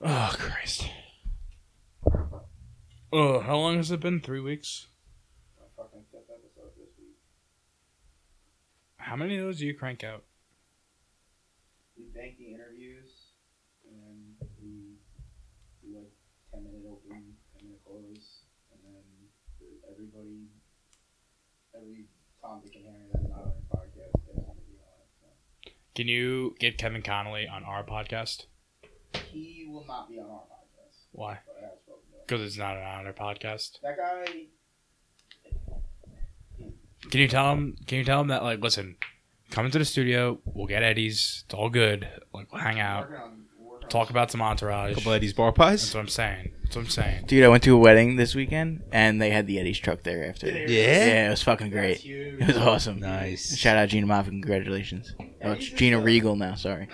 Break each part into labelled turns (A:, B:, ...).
A: Oh Christ. Oh, how long has it been? Three weeks.
B: A fucking fifth episode this week.
A: How many of those do you crank out?
B: We bank the interviews, and then we do like ten minute open, ten minute close, and then the- everybody, every Tom Dick and Harry that's not on our podcast gets an interview on it. So.
A: Can you get Kevin Connolly on our podcast?
B: He will not be on our podcast,
A: Why?
B: but I have spoken to him.
A: Because it's not on our podcast.
B: That guy,
A: Can you tell him? Can you tell him that like, listen, come into the studio. We'll get Eddie's. It's all good. Like, we'll hang out.
B: Working on, working
A: Talk
B: on,
A: about some entourage.
C: couple of these bar
A: That's
C: pies.
A: what I'm saying. That's what I'm saying.
D: Dude, I went to a wedding this weekend and they had the Eddie's truck there after.
B: Did they?
C: Yeah.
D: Yeah, it was fucking
B: That's
D: great.
B: huge.
D: It was awesome.
C: Nice.
D: Shout out Gina Moffitt. Congratulations. Oh, it's
B: Eddie's just
D: Gina
B: a-
D: Regal now. Sorry.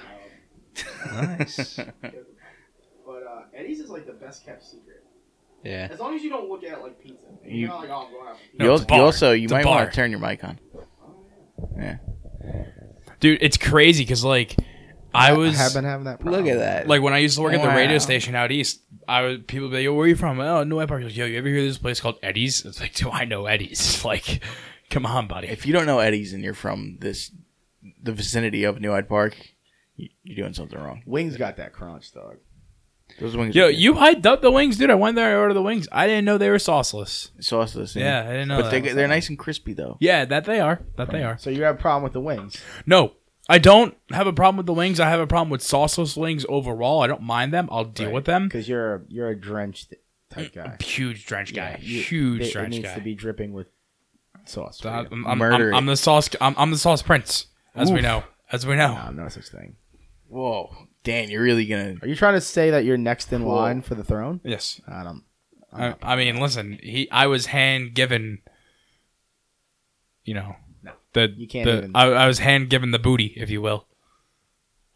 B: Um,
C: Nice.
B: But uh, Eddie's is like the best kept secret.
C: Yeah.
B: As long as you don't look at it like pizza.
D: You-
B: You're not like, oh, I'm going out Oh, for
A: No,
D: you,
B: pizza.
A: it's a
D: also,
A: bar.
D: you also you
A: It's a
D: might
A: bar.
D: want to turn your mic on.
A: Dude, it's crazy because like, I was
E: have been having that. Problem.
D: Look at that.
A: like when I used to work at the radio
D: Wow.
A: station out east. I would people would be like, "Yo, where are you from?" Oh, New Park. Like, Yo, you ever hear of this place called Eddie's? It's like, do I know Eddie's? Like, come on, buddy.
D: If you don't know Eddie's and you're from this, the vicinity of New Hyde Park, you, you're doing something wrong.
E: Wings got that crunch, dog.
D: Those wings.
A: Yo,
D: are good.
A: you hyped up the wings, dude. I went there. I ordered the wings. I didn't know they were sauceless.
D: sauceless.
A: Yeah, I didn't know.
D: but
A: that.
D: they, they're nice and crispy though.
A: yeah, that they are. That they are.
E: So you have a problem with the wings?
A: No, I don't have a problem with the wings. I have a problem with sauceless wings overall. I don't mind them. I'll deal
E: Right.
A: with them.
E: because you're a, you're a drenched type guy.
A: Huge drench guy.
E: Yeah, you-
A: Huge
E: it- it,
A: drench
E: needs
A: guy.
E: to be dripping with sauce.
A: So
E: for
A: I'm,
E: you.
A: I'm- I'm-
D: Murder
A: I'm the sauce. I'm, I'm the sauce prince, as we
E: Oof.
A: know. As we know.
E: Nah, no such thing.
D: Whoa, Dan, you're really gonna.
E: Are you trying to say that you're next in
D: Cool.
E: line for the throne?
A: Yes.
E: I don't. I'm
A: I,
E: not-
A: I mean, listen. He. I was hand given. You know.
E: No.
A: The,
E: You can't
A: the-
E: even-
A: I, I was hand given the booty, if you will.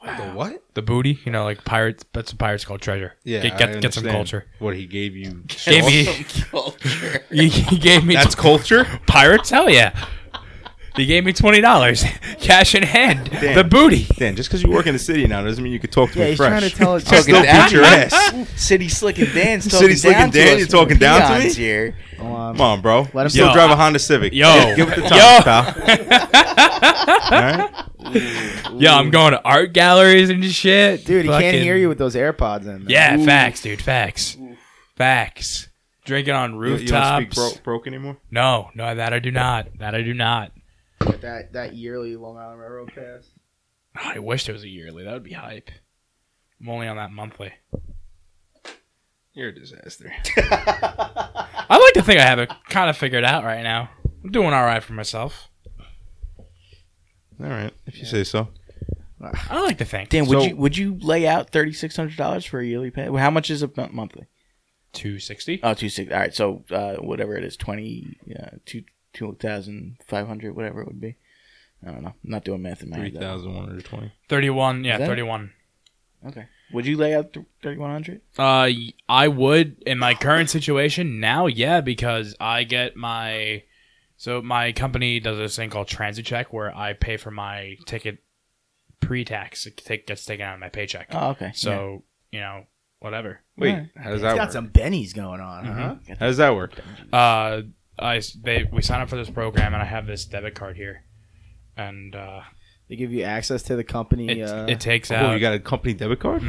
C: The what?
A: The booty, you know, like pirates. That's what pirates call treasure.
C: Yeah.
A: Get,
C: I
A: get, get some
C: understand
A: culture.
C: What he gave you.
A: Gave me. He, he gave me.
C: That's culture.
A: Pirates? Hell yeah. He gave me twenty dollars, cash in hand,
C: Damn.
A: the booty.
C: Dan, just because you work in the city now doesn't mean you can talk to
E: Yeah,
C: me
E: he's
C: fresh.
E: trying to tell us.
C: I'll still beat your ass.
D: City Slick and Dan's talking
C: City Slick
D: down
C: and Dan,
D: to us
C: you're talking down to me?
D: peons Here.
C: Come on, bro.
E: Let
C: Let
E: him
C: him still
A: Yo,
C: drive a Honda Civic.
A: Yo.
C: give it the
A: Yo.
C: time, pal. All right.
A: Yeah, I'm going to art galleries and shit.
E: dude. He can't
A: Fucking-
E: hear you with those AirPods in. man.
A: Yeah, facts, dude. Facts, facts. Drinking on
C: You, you don't speak
A: rooftops.
C: bro- broke anymore.
A: no, no, that I do not. That I do not.
E: But that that yearly Long Island Railroad pass.
A: Oh, I wish it was a yearly. That would be hype. I'm only on that monthly.
C: You're a disaster.
A: I like to think I have it kind of figured out right now. I'm doing all right for myself.
C: All right, if you say so.
A: I like to think.
D: Dan, would
C: So-
D: you would you lay out thirty six hundred dollars for a yearly pay? Well, How much is a mon- monthly?
A: Two sixty.
D: Oh, two six. All right, so uh, whatever it is, twenty uh, two two thousand five hundred, whatever it would be. I don't know. I'm not doing math in my
C: Three
D: head. though.
C: thousand one hundred twenty.
A: Thirty-one. Yeah,
D: Is that it?
A: thirty-one.
D: Okay. Would you lay out th- thirty one hundred?
A: Uh, y- I would in my current situation now, yeah, because I get my so my company does this thing called Transit Check where I pay for my ticket pre-tax. It take, gets taken out of my paycheck.
D: Oh, okay.
A: so you know, whatever.
C: Wait,
D: All right.
C: how does
E: He's
C: that Mm-hmm.
E: got
C: work?
E: some bennies going on, huh?
C: How does that work?
A: Uh, I s- they we sign up for this program and I have this debit card here, and uh,
E: They give you access to the company.
A: it,
E: uh,
A: it takes
C: Oh,
A: out
C: you got a company debit card?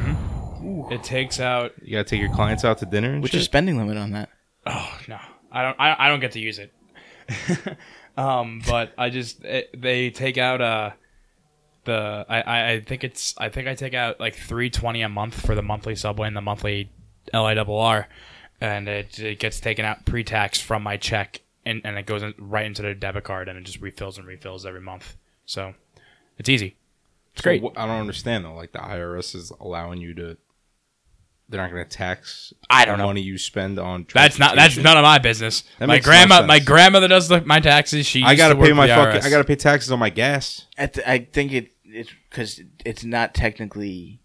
A: it takes out.
C: You gotta take your clients out to dinner and
D: What's
C: shit.
D: your spending limit on that?
A: Oh no, I don't. I, I don't get to use it. um, but I just it, they take out uh the I, I I think it's I think I take out like three twenty a month for the monthly subway and the monthly LIRR, and it, it gets taken out pre tax from my check and and it goes in, right into the debit card and it just refills and refills every month. So it's easy. It's great.
C: So wh- I don't understand though. Like the IRS is allowing you to. They're not gonna tax.
A: I don't
C: the
A: know.
C: Money you spend on.
A: That's not. That's
C: transportation.
A: none of my business.
C: That
A: my
C: makes no
A: grandma.
C: sense.
A: my grandmother does the, my taxes. She. used
C: I
A: to
C: gotta
A: work
C: pay
A: for
C: my
A: the
C: fucking.
A: IRS.
C: I gotta pay taxes on my gas.
D: I, th- I think it it's because it's not technically.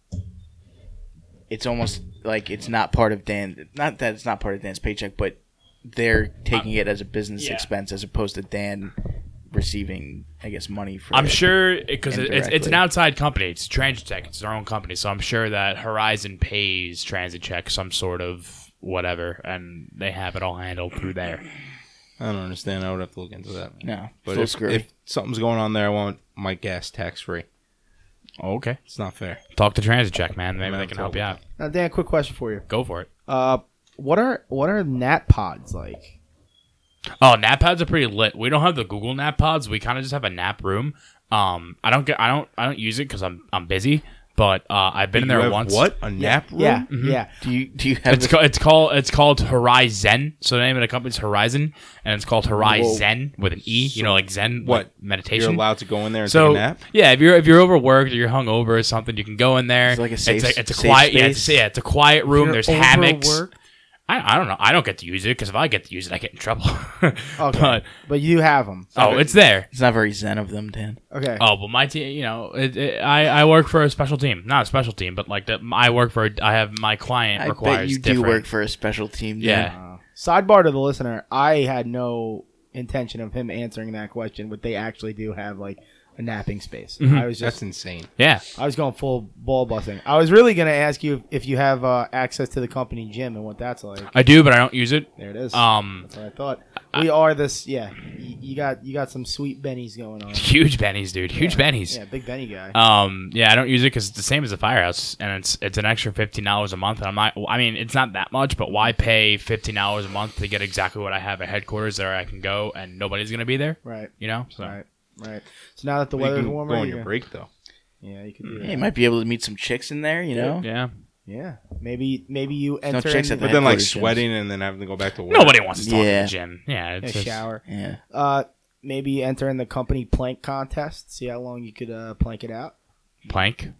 D: It's almost like it's not part of Dan. Not that it's not part of Dan's paycheck, but they're taking it as a business
A: yeah.
D: expense as opposed to Dan receiving, I guess, money for.
A: I'm
D: it.
A: sure because it, it's, it's an
D: Indirectly.
A: outside company. It's Transit Tech. It's their own company. So I'm sure that Horizon pays Transit Tech some sort of whatever, and they have it all handled through there.
C: I don't understand. I would have to look into that.
D: No,
C: But
D: still
C: if,
D: screwy.
C: if something's going on there, I want my gas tax free.
A: Okay.
C: It's not fair.
A: Talk to Transit Tech, man. Maybe
C: Oh, Man,
A: they can help you out.
E: Now, Dan, quick question for you.
A: Go for it.
E: Uh, what are what are nat pods like?
A: Oh, nap pads are pretty lit. We don't have the Google nap pods. We kind of just have a nap room. Um, I don't get, I don't, I don't use it because I'm, I'm busy. But uh, I've been in
C: You
A: there
C: have
A: once.
C: What a nap room.
E: Yeah, yeah.
D: do you do you have
A: It's called, it's called, it's called Horizon. So the name of the company's Horizon, and it's called Horizon with an e. You know, like Zen.
C: What?
A: like
C: You're
A: meditation?
C: allowed to go in there and
A: so
C: take a nap.
A: yeah, if you're if you're overworked or you're hungover or something, you can go in there.
D: It's like a safe-
A: it's a, it's a
D: safe
A: quiet yeah it's,
D: space.
A: yeah, it's a quiet room.
E: You're
A: There's hammocks.
E: overworked?
A: I, I don't know. I don't get to use it because if I get to use it, I get in trouble.
E: Okay.
A: But
E: But you have them.
A: oh, it's there.
D: It's not very zen of them, Dan.
E: Okay.
A: Oh, but my team, you know, it, it, I I work for a special team, not a special team, but like that. I work for. I have my client
D: I
A: requires
D: bet you
A: different.
D: do work for a special team. Dan.
A: Yeah.
E: Uh, sidebar to the listener: I had no intention of him answering that question, but they actually do have like a napping space. I was just
C: Mm-hmm. That's insane.
A: Yeah,
E: I was going full ball busting. I was really gonna ask you if you have uh, access to the company gym and what that's like.
A: I do, but I don't use it.
E: There it is.
C: Uh,
A: Um,
E: that's what I thought. We are this. Yeah, y- you got you got some sweet bennies going on.
A: huge bennies, dude. Huge bennies.
E: Yeah, big Benny
C: Uh,
E: guy.
A: Um, yeah, I don't use it because it's the same as the firehouse, and it's it's an extra fifteen dollars a month. And I'm not, I mean, it's not that much, but why pay fifteen dollars a month to get exactly what I have at headquarters that I can go and nobody's gonna be there?
E: right.
A: You know, so
E: Right. Right. So now that the
C: You
E: weather's
C: can go
E: warmer,
C: on
E: you
C: your
E: can-
C: break though.
E: yeah, you can do
D: Yeah,
E: that.
D: you might be able to meet some chicks in there. You know,
A: yeah,
E: Yeah, maybe maybe you
D: no
E: enter
D: chicks
E: in
D: at
E: the
D: the
C: But then like
D: Headquarters gyms.
C: sweating and then having to go back to work.
A: nobody wants to talk in
D: Yeah.
A: the gym. Yeah,
E: yeah,
A: it's just-
E: shower.
D: yeah.
E: Uh, maybe you enter in the company plank contest. See how long you could uh, plank it out.
A: plank.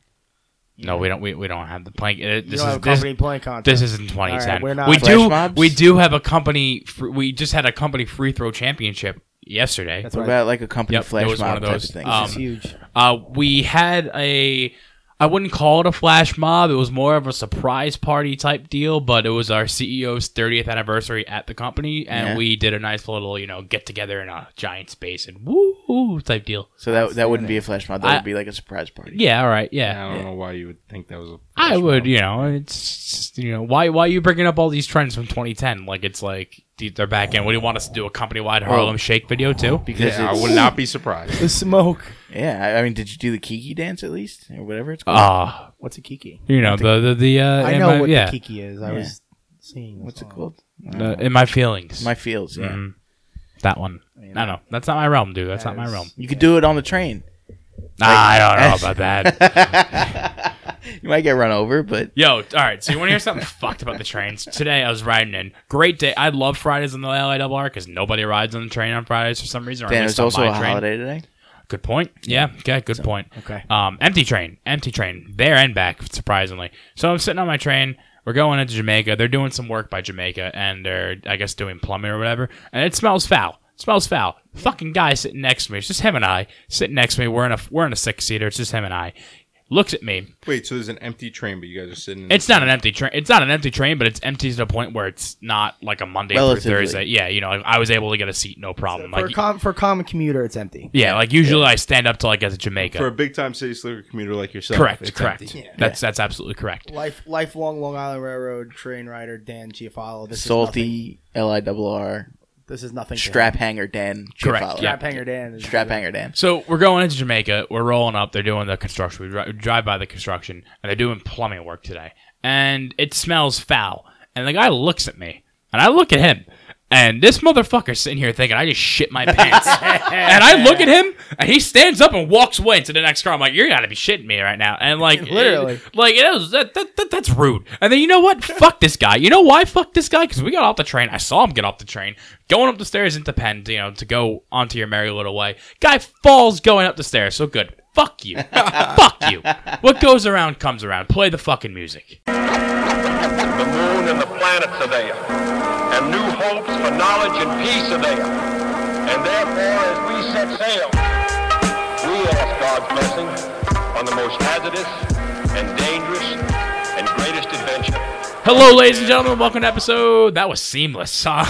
A: No, we don't. We, we don't have the plank. It,
E: You
A: this
E: don't
A: is
E: have a
A: this,
E: company plank contest.
A: this isn't 2010.
E: All right, we're not-
A: we
D: Flash
A: do
D: mobs?
A: we do have a company. fr- We just had a company free throw championship yesterday.
E: That's
D: What
E: right.
D: about like a company
A: Yep, there
D: flash
A: was one
D: mob
A: of
D: type of
A: those.
D: thing?
A: Um,
E: It's huge.
A: Uh, we had a. I wouldn't call it a flash mob. It was more of a surprise party type deal, but it was our CEO's 30th anniversary at the company, and
D: Yeah.
A: we did a nice little, you know, get together in a giant space and woo type deal.
D: so that that wouldn't be a flash mob. That
A: I-
D: would be like a surprise party.
A: Yeah, all right, yeah.
C: I don't know why you would think that was. a
A: I
C: flash
A: would,
C: mob.
A: you know, it's just, you know, why why are you bringing up all these trends from 2010? Like it's like dude, they're back in. What do you want us to do? A company wide Harlem Shake video too?
D: Because
C: Yeah, I
D: it's-
C: would not be surprised.
E: The smoke.
D: Yeah, I- I mean, did you do the Kiki dance at least, or whatever it's called?
A: Ah,
E: What's a kiki?
A: you know the the, the uh,
E: I
A: in
E: know
A: my,
E: what
A: yeah,
E: the kiki is. I
D: Yeah.
E: was seeing. the
D: What's it
A: Oh.
E: song.
D: called? I don't
A: the-
D: know.
A: in my feelings,
D: My fields. Yeah,
A: Mhm. that one.
E: I
A: I
E: mean,
A: don't know. That's not my realm, dude. That's
E: That
A: not my
E: is-
A: realm.
D: you could do it on the train.
A: Nah, Ah, I don't know about that.
D: you might get run over, but
A: Yo, all right. So you want to hear something fucked about the trains? Today I was riding in. Great day. I love Fridays in the LIRR because nobody rides on the train on Fridays for some reason. Or I
D: Dan,
A: missed
D: it's
A: on
D: also
A: my
D: a
A: train.
D: holiday today.
A: Good point. Yeah. Okay. Good point.
E: Okay.
A: Um, empty train, empty train, there and back, surprisingly. So I'm sitting on my train. We're going into Jamaica. They're doing some work by Jamaica, and they're, I guess, doing plumbing or whatever. And it smells foul. It smells foul. Fucking guy sitting next to me. It's just him and I sitting next to me. We're in a we're in a six seater. It's just him and I. Looks at me.
C: Wait, so there's an empty train, but you guys are sitting. In
A: It's not an empty train. It's not an empty train, but it's empty to the point where it's not like a Monday through
D: Relatively.
A: Thursday. Yeah, you know, like, I was able to get a seat, no problem.
E: For a
A: Like,
E: com- for a common commuter, it's empty.
A: yeah, like usually I stand up till I get to Jamaica.
C: for a big time city slicker commuter like yourself.
A: correct.
C: it's
A: correct.
C: empty.
A: That's that's absolutely correct.
E: Life lifelong Long Island Railroad train rider Dan Giafalo. This Is nothing,
D: Salty L I double R
E: this is nothing. to
D: strap
E: him.
D: hanger Dan.
A: Correct,
D: Giafalo.
E: Strap hanger Dan. Is
D: Strap hanger Dan.
A: So we're going into Jamaica. We're rolling up. They're doing the construction. We dri- drive by the construction, and they're doing plumbing work today. And it smells foul. And the guy looks at me, and I look at him, and this motherfucker's sitting here thinking I just shit my pants. and I look at him, and he stands up and walks away into the next car. I'm like, you gotta be shitting me right now. And like,
E: Literally.
A: it- like it was, that, that, that that's rude. And then you know what? fuck this guy. You know why? Fuck this guy because we got off the train. I saw him get off the train, going up the stairs into Penn, you know, to go onto your merry little way. Guy falls going up the stairs. So good. Fuck you. fuck you. What goes around comes around. Play the fucking music.
F: The moon and the planets are there, and new hopes for knowledge and peace are there. And therefore, as we set sail, we ask God's blessing on the most hazardous and dangerous and greatest adventure
A: Hello, ladies and gentlemen. Welcome to episode. That was seamless. Uh,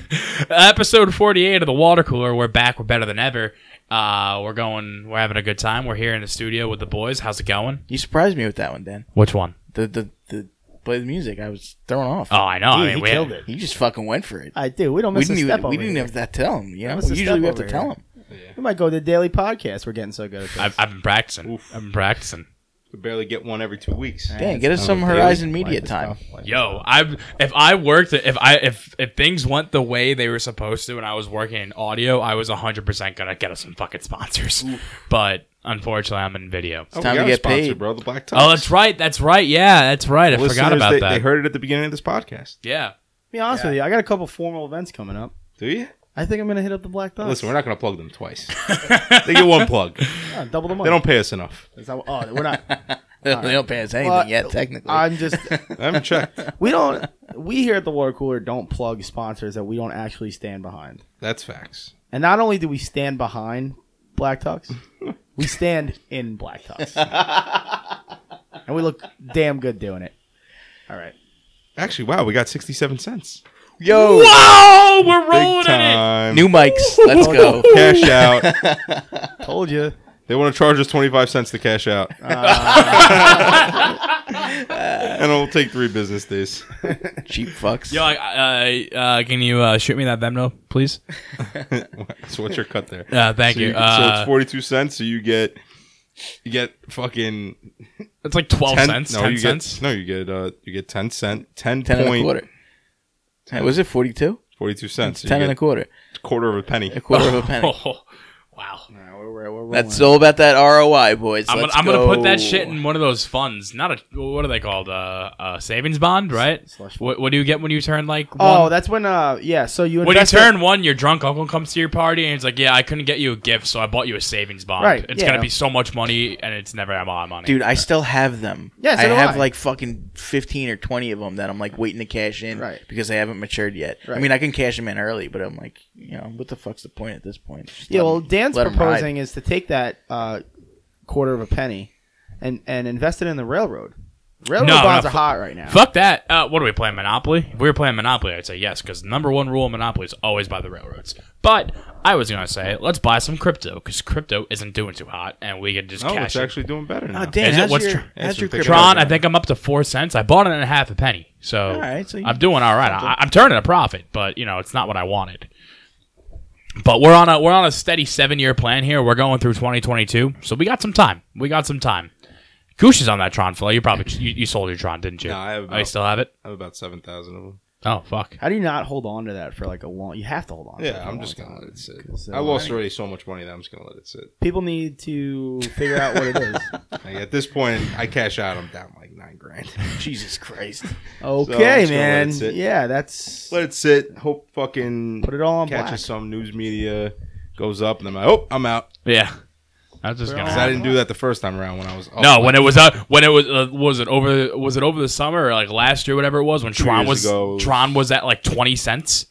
A: episode 48 of the water cooler. We're back. We're better than ever. Uh, we're going. We're having a good time. We're here in the studio with the boys. How's it going?
D: You surprised me with that one, Dan.
A: Which one?
D: The the the play the music. I was thrown off.
A: Oh, I know.
E: Dude,
A: I mean,
E: he
A: we
E: killed it.
D: He just fucking went for it.
E: I do. We don't
D: We
E: miss
D: didn't
E: a step
D: even
E: over
D: we didn't
E: here.
D: have to tell him. You know,
E: missed a step
D: usually we have to
E: over
D: tell
E: here.
D: him.
E: We might go to the daily podcast. We're getting so good at this.
A: I've, I've been practicing. I've been practicing.
C: We barely get one every two weeks.
D: Dan, get us some Horizon Media time.
C: Oh,
A: Yo, I if I worked if I if if things went the way they were supposed to and I was working in audio, I was 100% going to get us some fucking sponsors. But unfortunately, I'm in video.
C: It's
D: time to get paid.
C: bro. The Black Tux.
A: Oh, that's right. That's right. Yeah, that's right. I
C: Listeners,
A: forgot about
C: they,
A: that.
C: They heard it at the beginning of this podcast.
A: yeah.
E: be honest with you, I got a couple formal events coming up.
C: Do you?
E: I think I'm gonna hit up the Black Dog.
C: Listen, we're not going to plug them twice. they get one plug. They
E: Uh, double the money.
C: don't pay us enough.
E: Is that- oh, we're not.
D: They don't pay us anything
E: Well,
D: yet, technically.
E: I'm just.
C: I haven't checked.
E: We don't. We here at the Water Cooler don't plug sponsors that we don't actually stand behind.
C: That's facts.
E: And not only do we stand behind Black Tux, we stand in Black Tux, and we look damn good doing it. All right.
C: Actually, wow, we got 67 cents.
D: Yo,
A: Whoa, we're
C: Big
A: rolling in it.
C: time.
D: new mics. Let's go.
C: cash out.
E: Told you.
C: They want to charge us 25 cents to cash out.
D: Ah.
C: and it'll take three business days.
D: Cheap fucks.
A: Yo, I- uh, uh, can you uh, shoot me that Venmo, please?
C: so what's your cut there?
A: Uh, thank
C: So,
A: you.
C: you- so
A: Uh,
C: it's 42 cents, so you get you get fucking
A: it's like 12
C: 10
A: cents,
C: no,
A: 10
C: you
A: cents.
C: Get, no, you get uh you get 10 cent, 10,
D: ten and a
C: point
D: quarter. Hey, was it forty two?
C: 42
D: Ten
C: cents. So you
D: and
C: get
D: a quarter.
C: quarter of a penny.
D: A quarter of a penny.
A: wow.
D: That's all about that ROI, boys.
A: Oh, I'm, gonna,
D: Let's
A: I'm gonna put that
D: go.
A: shit in one of those funds. Not a what are they called? Uh, uh savings bond, right?
E: Slush
A: What, what do you get when you turn like one?
E: Oh, that's when. Uh, yeah. So you
A: when you
E: invest a-
A: turn one, your drunk uncle comes to your party and it's like, "Yeah, I couldn't get you a gift, so I bought you a savings bond.
E: Right,
A: It's
E: yeah.
A: gonna be so much money, and it's never my money."
D: Dude, I still have them.
E: Yeah, so
D: I
E: do
D: have
E: I.
D: like fucking fifteen or twenty of them that I'm like waiting to cash in,
E: Right.
D: Because they haven't matured yet. I
E: Right.
D: mean, I can cash them in early, but I'm like, you know, what the fuck's the point at this point? Just
E: Yeah,
D: let
E: well,
D: 'em-
E: Dan's
D: let 'em ride.
E: proposing is to take that uh, quarter of a penny and and invest it in the railroad. Railroad
A: No,
E: bonds
A: no,
E: are hot right now.
A: Fuck that. Uh, what are we playing? Monopoly? If we were playing Monopoly, I'd say yes, because number one rule of Monopoly is always buy the railroads. But I was going to say, let's buy some crypto, because crypto isn't doing too hot, and we could just
C: No,
A: cash
C: Oh, it's
A: it.
C: actually doing better now.
D: Oh, Dan,
A: Is it-
D: how's
A: what's
D: your,
A: Tr-
D: how's your
C: Tron-
D: crypto?
A: Tron, I think I'm up to four cents. I bought it at half a penny, so,
D: Alright, so you-
A: I'm doing all right. I, I'm turning a profit, but you know it's not what I wanted. But we're on a we're on a steady seven year plan here. We're going through 2022, so we got some time. We got some time. Goosh is on that Tron flow. You probably you, you sold your Tron, didn't you?
C: No, I have
A: Oh, you
C: about-
A: still have it?
C: I have about 7,000 of them.
A: Oh fuck.
E: How do you not hold on to that for like a long? You have to hold on. to it
C: Yeah,
E: for a
C: I'm
E: long
C: just going
E: time.
C: to let it sit.
E: 'Cause, uh,
C: I lost already so much money that I'm just going to let it sit.
E: People need to figure out what it is.
C: Like, at this point, I cash out, I'm down like nine grand.
D: Jesus Christ.
E: Okay,
C: just gonna let
E: man.
C: it sit.
E: Yeah, that's
C: let it sit. Hope fucking
E: put it all on
C: catches
E: black.
C: some news media goes up, and I'm like, oh, I'm out.
A: Yeah. I was just
C: 'Cause
A: gonna.
C: I didn't do that the first time around when I was. oh. Up.
A: no, when it was uh, when it was uh, was it over was it over the summer or like last year whatever it was when Tron
C: years
A: was
C: ago. Mm-hmm.
A: Tron was at like 20 cents.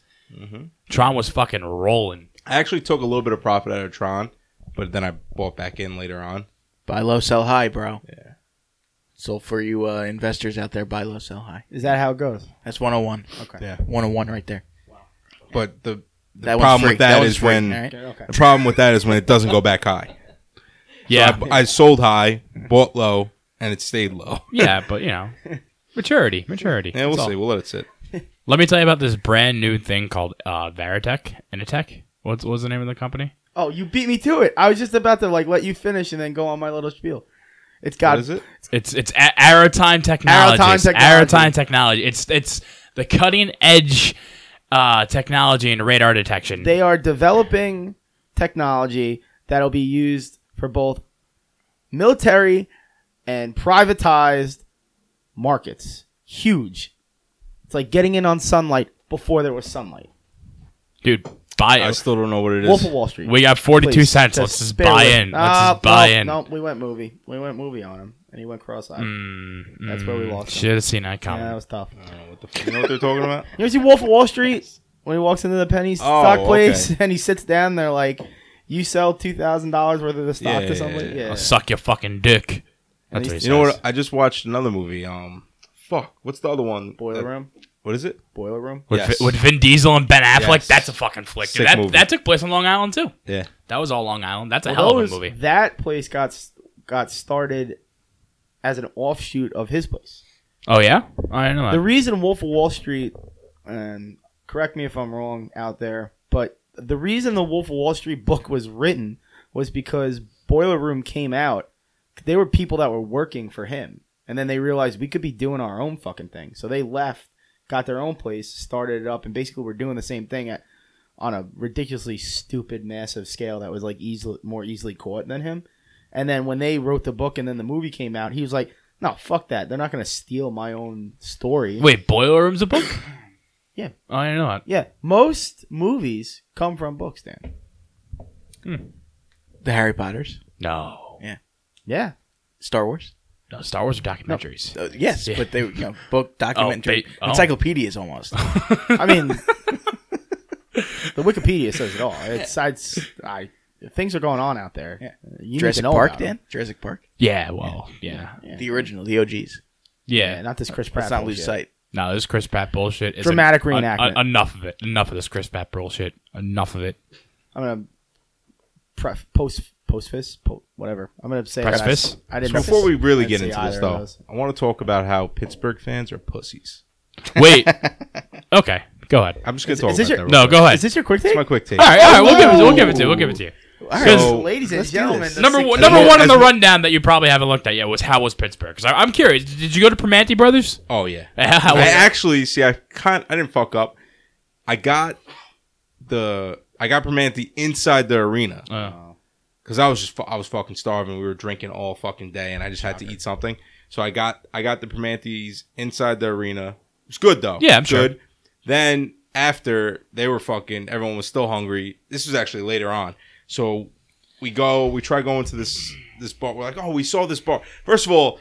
A: Tron was fucking rolling.
C: I actually took a little bit of profit out of Tron, but then I bought back in later on.
D: Buy low, sell high, bro.
C: Yeah.
D: So for you uh, investors out there, buy low, sell high.
E: Is that how it goes?
D: That's 101.
E: Okay.
C: Yeah,
D: 101 right there.
C: but the the
D: That one's
C: problem
D: free.
C: with that
D: That one's
C: is
D: free,
C: when
D: alright?
E: Okay.
C: the problem with that is when it doesn't go back high.
A: Yeah,
C: I, I sold high, bought low, and it stayed low.
A: yeah, but you know, maturity, maturity.
C: Yeah, we'll
A: That's all.
C: see. We'll let it sit.
A: Let me tell you about this brand new thing called uh, Veritech, Initech. What's what's the name of the company?
E: Oh, you beat me to it. I was just about to like let you finish and then go on my little spiel. It's got
C: What is it?
A: It's it's a- Aerotime Technologies.
E: Aerotime Technology.
A: Aerotime Technology. It's it's the cutting edge uh, technology in radar detection.
E: They are developing technology that'll be used for both military and privatized markets. Huge. It's like getting in on sunlight before there was sunlight.
A: Dude, buy
C: I
A: it.
C: still don't know what it
E: Wolf
C: is.
E: of Wall Street.
A: We got 42
E: Please,
A: cents. Let's just
E: bear
A: buy
E: with-
A: in. Let's
E: Ah,
A: just buy
E: no,
A: in.
E: No, we went movie. We went movie on him, and he went cross-eyed.
A: Mm,
E: That's where we lost him.
A: Should have seen that coming.
E: Yeah, that was tough.
C: I don't know what the f- you know what they're talking about?
E: You ever see Wolf of Wall Street when he walks into the penny
C: Oh,
E: stock place and he sits down? They're like, "You sell two thousand dollars worth of the stock
C: Yeah,
E: to somebody."
C: yeah,
E: Yeah,
A: I'll suck your fucking dick. That's what he
E: least-
A: says.
C: You know what? I just watched another movie. Um, fuck. What's the other one?
E: Boiler
C: Uh,
E: Room.
C: What is it?
E: Boiler Room.
A: With,
C: Yes.
A: Vin, with Vin Diesel and Ben Affleck,
C: Yes.
A: that's a fucking flick. Dude,
C: Sick
A: that,
C: movie.
A: that took place on Long Island too.
C: Yeah.
A: That was all Long Island. That's a
E: Well,
A: hell of
E: those-
A: a movie.
E: That place got s- got started as an offshoot of his place.
A: Oh yeah, I didn't know that.
E: The reason Wolf of Wall Street, and correct me if I'm wrong out there, but the reason the Wolf of Wall Street book was written was because Boiler Room came out. They were people that were working for him, and then they realized we could be doing our own fucking thing. So they left, got their own place, started it up, and basically were doing the same thing at on a ridiculously stupid, massive scale that was like easily more easily caught than him. And then when they wrote the book and then the movie came out, he was like, "No, fuck that. They're not gonna steal my own story."
A: Wait, Boiler Room's a book?
E: Yeah.
A: Oh, I didn't know that.
E: Yeah, most movies come from books, Dan.
D: The Harry Potters,
A: No.
E: Yeah,
D: Star Wars.
A: No, Star Wars are documentaries.
D: Uh, yes,
A: Yeah.
D: but they you know, book documentary,
A: ba- oh.
D: encyclopedias almost.
E: I mean, the Wikipedia says it all. It's I, it's- I things are going on out there.
D: Yeah.
E: You
D: Jurassic
E: need to know
D: Park,
E: about 'em.
D: Dan. Jurassic Park,
A: Yeah, well, yeah.
E: Yeah.
D: the original, the OGs.
A: Yeah.
E: Yeah, not this Chris Pratt.
D: Let's not lose
E: bullshit.
D: sight.
A: No, this Chris Pratt bullshit is
E: Dramatic
A: en- en-
E: reenactment.
A: enough of it. Enough of this Chris Pratt bullshit. Enough of it.
E: I'm gonna pref- post post fist po- whatever. I'm gonna say that I-
A: Precipice?
E: I, didn't.
C: Before we really
E: I
C: get
E: didn't
C: into
E: say either
C: this,
E: of
C: though,
E: those.
C: I want to talk about how Pittsburgh fans are pussies.
A: Wait. okay, go ahead.
C: I'm just gonna
E: Is-
C: talk
E: is
C: about
E: this
C: that.
E: your-
C: real
A: No,
C: quick.
A: go ahead.
E: is this your quick
C: That's
E: take?
C: my quick take.
A: all right, all right. We'll give it. We'll give it to you. We'll give it to you.
C: So-
E: ladies and
C: Let's do
E: gentlemen,
C: this.
E: the
A: Number
E: six-
A: one, number
C: Yeah,
A: one on the
C: as-
A: rundown that you probably haven't looked at yet was how was Pittsburgh? 'Cause I, I'm curious. Did you go to Primanti Brothers?
C: Oh yeah.
A: How was
C: I
A: it?
C: actually see. I kind. I didn't fuck up. I got the. I got Permanente inside the arena
A: Oh.
C: because I was just. fu- I was fucking starving. We were drinking all fucking day, and I just had to eat something. So I got. I got the Permanentes inside the arena. It was good though.
A: Yeah, I'm sure.
C: good. Then after they were fucking, everyone was still hungry. This was actually later on. So we go. We try going to this this bar. We're like, oh, we saw this bar. First of all,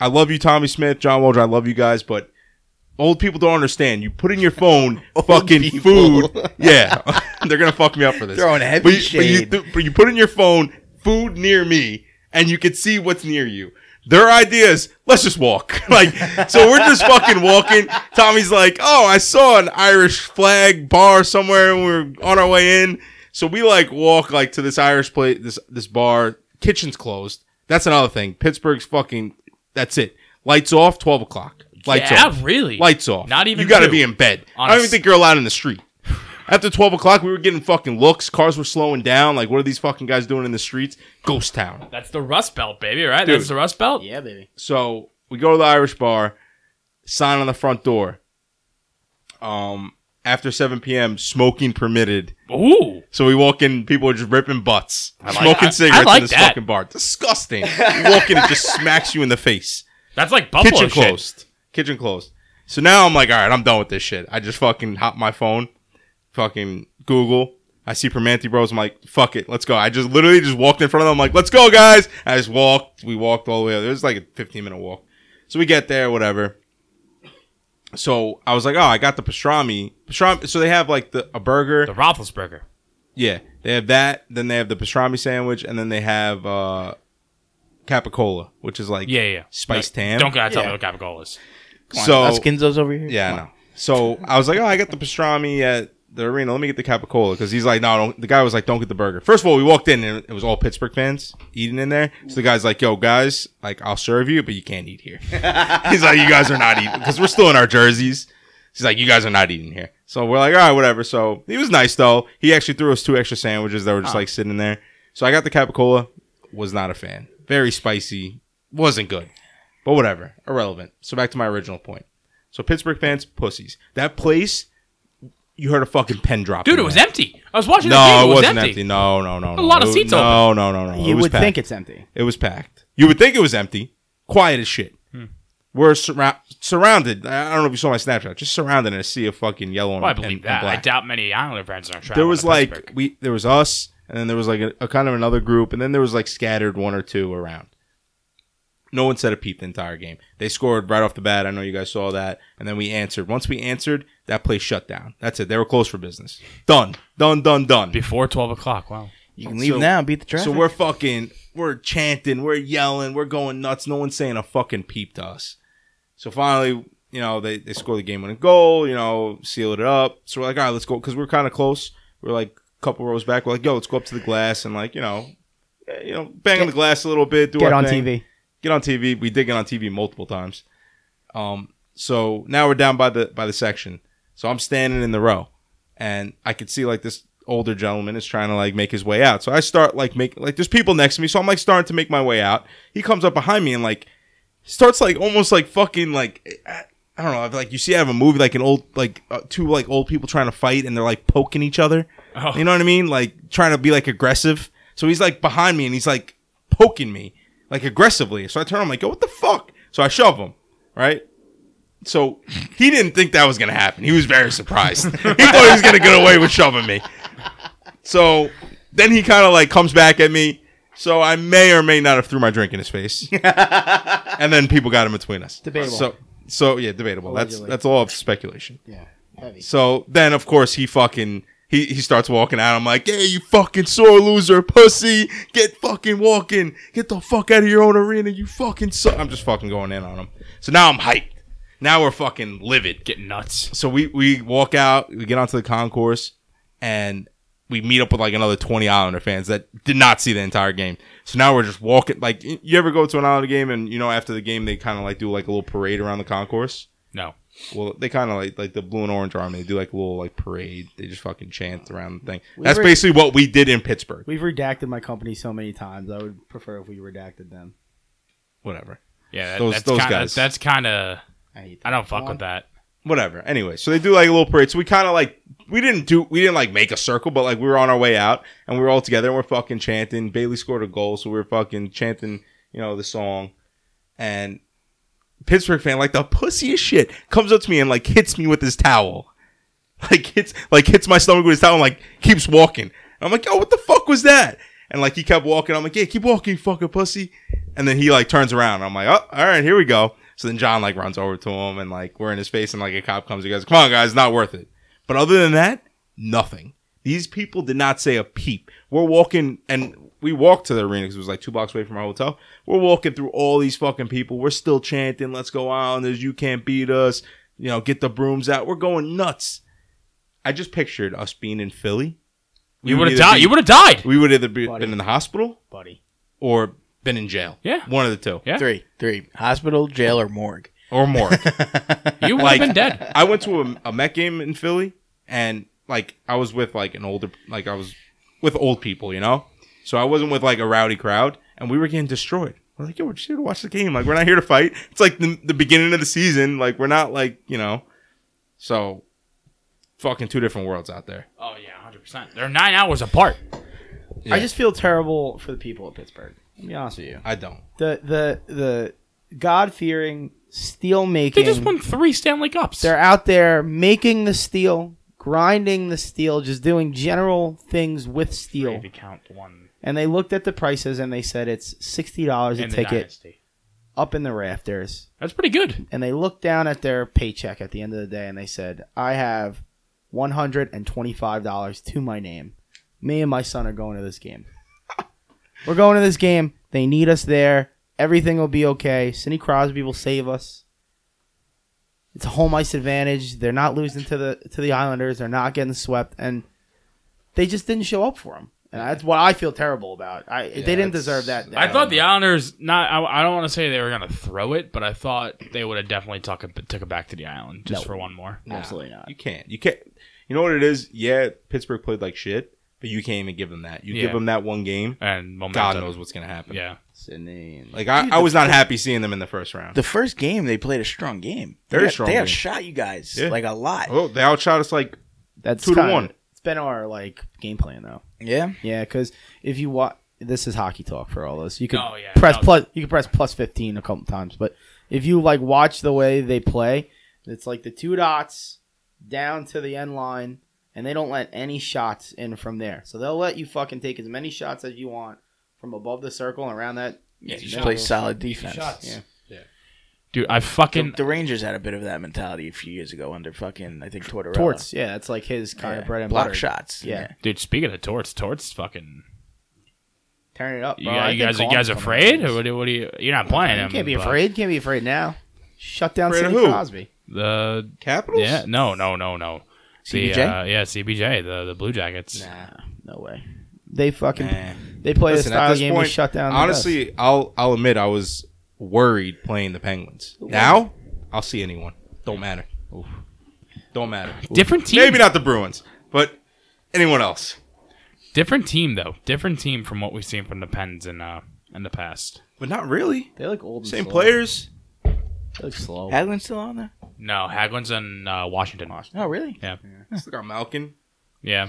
C: I love you, Tommy Smith, John Waldron. I love you guys, but old people don't understand. You put in your phone fucking
D: people.
C: food. Yeah, they're gonna fuck me up for this.
D: Throwing heavy
C: but you,
D: shade.
C: But you, th- but you put in your phone food near me, and you can see what's near you. Their idea is let's just walk. like so, we're just fucking walking. Tommy's like, oh, I saw an Irish flag bar somewhere, and we we're on our way in. So we like walk like to this Irish place, this this bar. Kitchen's closed. That's another thing. Pittsburgh's fucking. That's it. Lights off. Twelve o'clock. Lights
A: yeah,
C: off.
A: really?
C: Lights off.
A: Not even
C: You got to
A: two.
C: be in bed.
A: On
C: I don't
A: a
C: even
A: s-
C: think you're allowed in the street. After 12 o'clock, we were getting fucking looks. Cars were slowing down. Like, what are these fucking guys doing in the streets? Ghost town.
A: That's the Rust Belt, baby, right?
C: Dude.
A: That's the Rust Belt?
E: Yeah, baby.
C: So we go to the Irish bar, sign on the front door. Um, after 7 p.m., smoking permitted.
A: Ooh.
C: So we walk in, people are just ripping butts,
A: like-
C: smoking
A: I- I
C: cigarettes
A: like
C: in this
A: that.
C: fucking bar. Disgusting. you walk in, it just smacks you in the face.
A: That's like Buffalo
C: kitchen
A: shit.
C: closed. Kitchen closed. So now I'm like, all right, I'm done with this shit. I just fucking hop my phone, fucking Google. I see Permanente Bros. I'm like, fuck it, let's go. I just literally just walked in front of them. I'm like, let's go, guys. I just walked. We walked all the way. There It was like a 15 minute walk. So we get there, whatever. So I was like, oh, I got the pastrami. Pastrami. So they have like the a burger.
A: The Roethlisberger.
C: Yeah, they have that. Then they have the pastrami sandwich, and then they have uh, capicola, which is like
A: Yeah, yeah.
C: spiced
A: No,
C: ham.
A: Don't gotta tell
D: Yeah.
A: me what Capicola is.
C: So
D: Us Skinzos over here.
C: Oh. yeah, I
D: Come on.
C: know. So I was like, oh, I got the pastrami at the arena. Let me get the capicola because he's like, no, don't. The guy was like, don't get the burger. First of all, we walked in and it was all Pittsburgh fans eating in there. So the guy's like, yo, guys, like I'll serve you, but you can't eat here. he's like, you guys are not eating because we're still in our jerseys. He's like, you guys are not eating here. So we're like, all right, whatever. So he was nice though. He actually threw us two extra sandwiches that were just like sitting there. So I got the capicola. Was not a fan. Very spicy. Wasn't good. But whatever. Irrelevant. So back to my original point. So Pittsburgh fans, pussies. That place, you heard a fucking pen drop.
A: Dude,
C: in
A: it was
C: there.
A: empty. I was watching the
C: No,
A: game.
C: it,
A: It was
C: wasn't
A: empty.
C: empty. No, no, no,
A: A
C: no.
A: lot of
C: It-
A: seats
C: No, no, no, no.
E: You
C: it was
E: would
C: packed.
E: think it's empty.
C: It was packed. You would think it was empty. Quiet as shit.
A: Hmm.
C: We're surra- surrounded. I I don't know if you saw my Snapchat. Just surrounded in a sea of fucking yellow and,
A: Well, Oh, I
C: and-
A: believe
C: and
A: that. I
C: black.
A: doubt many Islander fans are traveling.
C: there was
A: to
C: like
A: Pittsburgh.
C: we there was us, and then there was like a, a kind of another group, and then there was like scattered one or two around. No one said a peep the entire game. They scored right off the bat. I know you guys saw that, and then we answered. Once we answered, that place shut down. That's it. They were closed for business. Done. Done. Done. Done.
A: before twelve o'clock. Wow.
D: You can leave
C: So-
D: now and beat the traffic.
C: So we're fucking, we're chanting, we're yelling, we're going nuts. No one's saying a fucking peep to us. So finally, you know, they, they score the game winning goal, you know, seal it up. So we're like, all right, let's go. Because we're kind of close. We're like a couple rows back. We're like, yo, let's go up to the glass and, like, you know, eh, you know, bang on the glass a little bit. Do
E: Get
C: our
E: on
C: thing.
E: TV.
C: Get on TV. We did get on TV multiple times. Um, so now we're down by the by the section. So I'm standing in the row, and I could see like this older gentleman is trying to like make his way out. So I start like make like there's people next to me, so I'm like starting to make my way out. He comes up behind me and like starts like almost like fucking like I I don't know like you see out of a movie like an old like uh, two like old people trying to fight and they're like poking each other.
A: Oh.
C: You know what I mean? Like trying to be like aggressive. So he's like behind me and he's like poking me like aggressively. So I turn I'm like, yo, what the fuck? So I shove him, right? So he didn't think that was gonna happen. He was very surprised. he thought he was gonna get away with shoving me. So then he kind of like comes back at me. So I may or may not have threw my drink in his face, and then people got in between us.
E: Debatable.
C: So so yeah, debatable.
E: Allegedly.
C: That's that's all speculation.
E: Yeah. Heavy.
C: So then, of course, he fucking he, he starts walking out. I'm like, hey, you fucking sore loser, pussy, get fucking walking, get the fuck out of your own arena, you fucking suck. I'm just fucking going in on him. So now I'm hyped. Now we're fucking livid
A: Get nuts.
C: so we we walk out, we get onto the concourse, and we meet up with like another twenty Islander fans that did not see the entire game. So now we're just walking. Like y- you ever go to an Islander game and you know after the game they kind of like do like a little parade around the concourse.
A: No.
C: Well, they kind of like like the blue and orange army. They do like a little like parade. They just fucking chant around the thing.
E: We
C: That's
E: were-
C: basically what we did in Pittsburgh.
E: We've redacted my company so many times. I would prefer if we redacted them.
C: Whatever,
A: Yeah, that,
C: Those-
A: that's
C: those
A: kinda,
C: guys.
A: That's kind of.
E: I hate
A: I
E: that.
A: don't fuck
E: Come on.
A: with that.
C: whatever. Anyway, so they do like a little parade. So we kind of like we didn't do we didn't like make a circle, but like we were on our way out and we were all together and we're fucking chanting. Bailey scored a goal, so we were fucking chanting, you know, the song. And Pittsburgh fan, like the pussiest shit, comes up to me and like hits me with his towel. Like hits like hits my stomach with his towel and like keeps walking. And I'm like, yo, what the fuck was that? And like he kept walking. I'm like, yeah, keep walking, you fucking pussy. And then he like turns around. I'm like, oh, all right, here we go. So then John like runs over to him and like we're in his face and like a cop comes. He goes, come on, guys, not worth it. But other than that, nothing. These people did not say a peep. We're walking and we walked to the arena because it was like two blocks away from our hotel. We're walking through all these fucking people. We're still chanting, let's go Islanders, you can't beat us. You know, get the brooms out. We're going nuts. I just pictured us being in Philly. We
A: You
C: would
A: would have
C: either
A: died.
C: be-
A: You would have died.
C: We would either be,
E: Buddy.
C: been in the hospital
E: buddy.
C: or been in jail.
A: Yeah.
C: One of the two.
A: Yeah.
D: Three, three. Hospital, jail, or morgue.
C: Or more.
A: You would
C: Like-
A: have been dead.
C: I went to a, a Met game in Philly, and like I was with like an older, like I was with old people, you know. So I wasn't with like a rowdy crowd, and we were getting destroyed. We're like, yo, we're just here to watch the game. Like we're not here to fight. It's like the, the beginning of the season. Like we're not like you know. So, fucking two different worlds out there.
A: Oh yeah, hundred percent. They're nine hours apart.
E: I
C: Yeah.
E: just feel terrible for the people of Pittsburgh. I'll be honest with you.
C: I don't.
E: The the the God fearing steel
A: They
E: making.
A: just won three Stanley Cups.
E: They're out there making the steel, grinding the steel, just doing general things with steel.
A: If you count one
E: And they looked at the prices and they said it's sixty dollars a
A: in the
E: ticket
A: dynasty.
E: up in the rafters.
A: That's pretty good.
E: and they looked down at their paycheck at the end of the day and they said, I have $125 to my name. Me and my son are going to this game. We're going to this game. They need us there. Everything will be okay. Sidney Crosby will save us. It's a home ice advantage. They're not losing to the to the Islanders. They're not getting swept, and they just didn't show up for them. And that's what I feel terrible about. I they didn't deserve that.
A: I thought the Islanders. Not. I, I don't want to say they were gonna throw it, but I thought they would have definitely took it took it back to the island just
E: No.
A: for one more.
E: absolutely not.
C: You can't. You can't. You know what it is? Yeah, Pittsburgh played like shit, but you can't even give them that. You give
A: Yeah.
C: them that one game.
A: And momentum.
C: God knows what's gonna happen.
A: Yeah.
E: Sidney and-
C: Like I, I was not happy seeing them in the first round.
D: The first game, they played a strong game.
C: Very
D: they got,
C: strong
D: They
C: game.
D: outshot you guys
C: Yeah.
D: like a lot.
C: Oh, they outshot us like
E: That's
C: Two to
E: kinda-
C: one.
E: It's been our like game plan though.
D: Yeah,
E: Yeah, because if you watch, this is hockey talk for all this. You could
A: Oh, yeah,
E: press
A: no.
E: plus. You could press plus fifteen a couple times, but if you like watch the way they play, it's like the two dots down to the end line, and they don't let any shots in from there. So they'll let you fucking take as many shots as you want from above the circle and around that.
D: yeah. You
E: shots.
D: play solid defense.
E: Yeah.
A: Dude, I fucking.
D: The, the Rangers had a bit of that mentality a few years ago under fucking I think Tortorella.
E: Torts, yeah, that's like his kind
D: Yeah.
E: of bread and
D: block
E: butter.
D: shots.
E: Yeah.
A: Dude, speaking of torts, torts fucking.
E: Turn it up,
A: You,
E: bro.
A: guys-
E: I
A: you
E: think
A: guys, you
E: Colum's
A: guys
E: coming out.
A: afraid? Or what, do- what do you? You're not playing
E: You
A: him.
E: can't be
A: but-
E: afraid. Can't be afraid now. Shut down
C: Afraid of
E: Sidney
C: who?
E: Crosby.
A: The
C: Capitals?
A: yeah, no, no, no, no. The,
D: CBJ?
A: uh, yeah, CBJ, the the Blue Jackets.
E: Nah, no way. They fucking
C: Nah.
E: they play
C: Listen,
E: a style
C: at this
E: game
C: point,
E: and shut down. the
C: honestly,
E: rest.
C: I'll I'll admit I was worried playing the Penguins. Now I'll see anyone. Don't matter. Don't matter.
A: Different team.
C: Maybe not the Bruins, but anyone else.
A: Different team though. Different team from what we've seen from the Pens in uh in the past.
C: But not really.
E: they look old. And
C: Same
E: slow.
C: players.
E: They look slow.
D: Haglin's still on there?
A: No, Haglin's in uh, Washington.
D: Oh, really?
A: Yeah,
C: Look at Malkin.
A: yeah.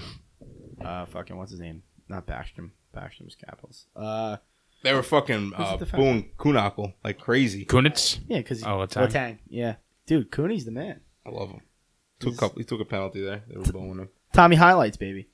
E: Uh, fucking what's his name? Not Backstrom. Backstrom's Capitals. Uh,
C: They were fucking uh,
E: the defense?
C: booing Kunackle like crazy.
A: Kunitz.
E: yeah, because
A: Oh, Letang.
E: Yeah, dude, Cooney's the man.
C: I love him. Took a couple, he took a penalty there. They were booing him.
E: Tommy highlights, baby.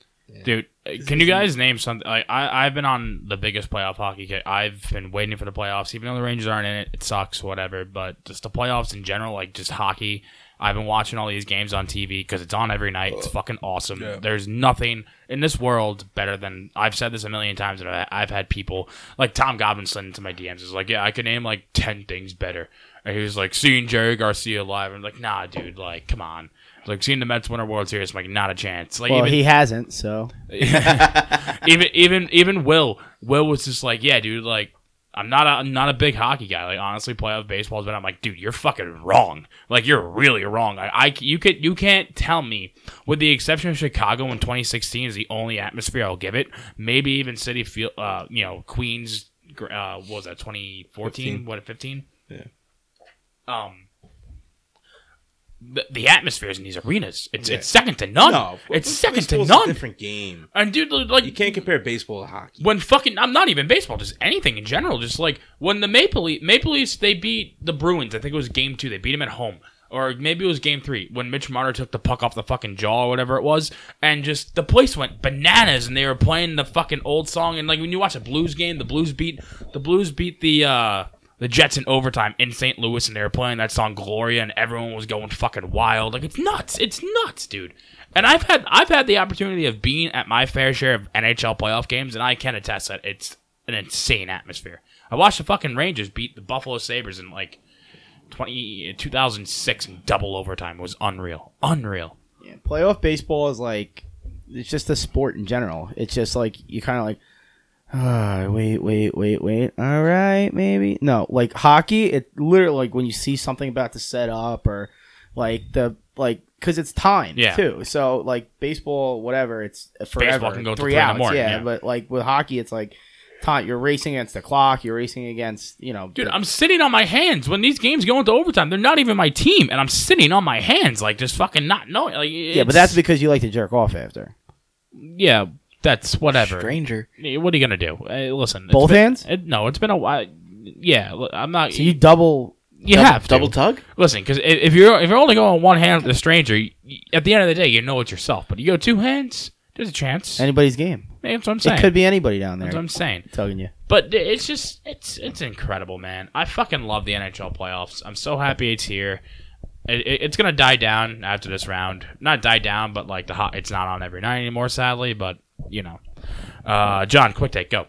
A: Dude, uh, can you guys name something? Like, I I've been on the biggest playoff hockey. Kick. I've been waiting for the playoffs, even though the Rangers aren't in it. It sucks, whatever. But just the playoffs in general, like just hockey. I've been watching all these games on TV because it's on every night. It's fucking awesome.
C: Yeah.
A: There's nothing in this world better than I've said this a million times, and I- I've had people like Tom Goblinson to my DMs is like, yeah, I could name like ten things better. And he was like, seeing Jerry Garcia live. I'm like, nah, dude, like, come on. Like seeing the Mets win a World Series, I'm like, not a chance. Like,
E: Well,
A: even,
E: he hasn't, so
A: even even even Will Will was just like, yeah, dude, like I'm not a I'm not a big hockey guy. Like honestly, playoff baseball's been. I'm like, dude, you're fucking wrong. Like you're really wrong. I, I you could you can't tell me with the exception of Chicago in 2016 is the only atmosphere I'll give it. Maybe even City Field, uh, you know, Queens. gr- Uh, what was that 2014?
C: 15.
A: What 15?
C: Yeah.
A: Um. The, the atmospheres in these arenas, it's
C: Yeah.
A: it's second to none.
C: No,
A: it's second to
C: baseball's A
A: none.
C: different game.
A: And dude, like
C: You can't compare baseball to hockey.
A: when fucking I'm not even baseball, just anything in general. Just like when the Maple Le- Maple Leafs they beat the Bruins. I think it was game two. They beat them at home, or maybe it was game three when Mitch Marner took the puck off the fucking jaw or whatever it was, and just the place went bananas. And they were playing the fucking old song. And like when you watch a Blues game, the Blues beat the Blues beat the. uh the Jets in overtime in St. Louis, and they were playing that song "Gloria," and everyone was going fucking wild. Like it's nuts, it's nuts, dude. And I've had I've had the opportunity of being at my fair share of NHL playoff games, and I can attest that it's an insane atmosphere. I watched the fucking Rangers beat the Buffalo Sabers in like 20, 2006 in double overtime. It was unreal, unreal.
E: Yeah, playoff baseball is like it's just a sport in general. It's just like you kind of like ah, wait, wait, wait, wait. All right, maybe no. Like hockey, it literally like when you see something about to set up or like the like because it's time
A: Yeah.
E: too. So like baseball, whatever, it's forever.
A: Baseball can go till three
E: three
A: in the
E: outs,
A: morning,
E: yeah,
A: yeah.
E: But like with hockey, it's like time. You're racing against the clock. You're racing against you know.
A: Dude,
E: the-
A: I'm sitting on my hands when these games go into overtime. They're not even my team, and I'm sitting on my hands, like just fucking not knowing. Like,
E: yeah, but that's because you like to jerk off after.
A: yeah, that's whatever.
D: Stranger.
A: Eh, what are you gonna do? Eh, listen, it's
E: Both
A: been-
E: hands?
A: eh, no, it's been a while. Yeah, l- I'm not.
E: So you double.
A: you
D: double,
A: have to.
D: double tug?
A: Listen, because if you're if you're only going one hand with a stranger, y- y- at the end of the day, you know it's yourself. But you go two hands, there's a chance.
E: Anybody's game.
A: That's what I'm saying.
E: It could be anybody down there.
A: That's what I'm saying.
E: telling you.
A: But th- it's just it's it's incredible, man. I fucking love the NHL playoffs. I'm so happy it's here. It, it- it's gonna die down after this round. Not die down, but like the hot. It's not on every night anymore, sadly. But you know, uh, John, quick take, go.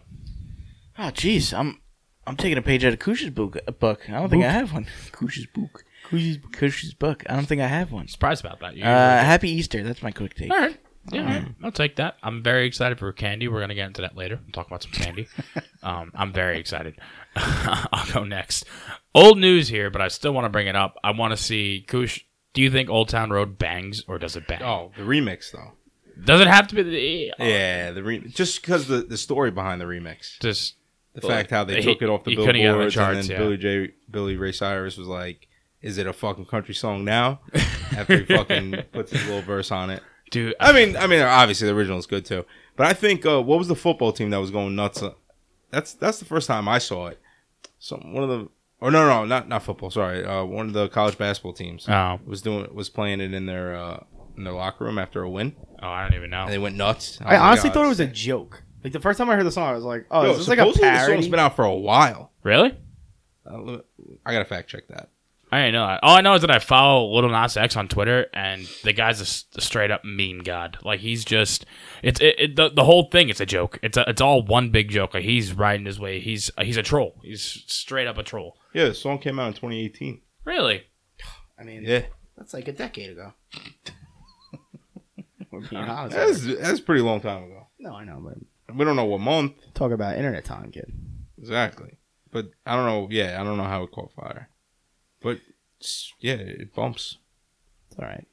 D: Oh, jeez. I'm I'm taking a page out of Kush's book. uh, book. I don't think I have one. Kush's book. Kush's, Kush's book. I don't think I have one.
A: Surprised about that. You-
D: Uh, happy Easter. That's my quick take.
A: All right. Yeah, all right. I'll take that. I'm very excited for candy. We're gonna get into that later. We'll talk about some candy. um, I'm very excited. I'll go next. Old news here, but I still want to bring it up. I want to see Kush. Do you think Old Town Road bangs or does it bang?
C: Oh, the remix though.
A: Does it have to be the Oh.
C: Yeah, the re- just because the, the story behind the remix,
A: just
C: the
A: Well,
C: fact how they
A: he-
C: took it off the
A: he couldn't get on the
C: billboards,
A: charts,
C: and
A: yeah.
C: then Billy J, Billy Ray Cyrus was like, "Is it a fucking country song now?" After he fucking puts his little verse on it.
A: dude?
C: I mean, I mean, obviously the original is good too, but I think uh, what was the football team that was going nuts? Uh, That's that's the first time I saw it. Some one of the or no no not not football sorry uh, one of the college basketball teams
A: Oh.
C: was doing was playing it in their uh, in their locker room after a win
A: oh, I don't even know.
C: and they went nuts.
E: I
C: was like,
E: honestly
C: "Oh,
E: thought it
C: this-
E: was a joke. Like the first time I heard the song, I was like, "Oh,
C: Yo,
E: is this like a
C: supposedly The song's
E: parody?"
C: been out for a while.
A: Really?
C: Uh, let- I gotta fact check that.
A: I didn't know that. All I know is that I follow Little Nas X on Twitter, and the guy's a, s- a straight up meme god. Like he's just it's it, it, the the whole thing. is a joke. It's a, it's all one big joke. Like he's riding his way. He's he's a troll. He's straight up a troll.
C: Yeah, the song came out in 2018.
A: Really?
E: I mean,
C: Yeah,
E: that's like a decade ago. We're being honest.
C: that's that's a pretty long time ago.
E: no, I know, but
C: We don't know what month
E: talk about internet time, kid.
C: exactly, but I don't know. Yeah, I don't know how it caught fire, but s- yeah, it bumps.
E: It's all right.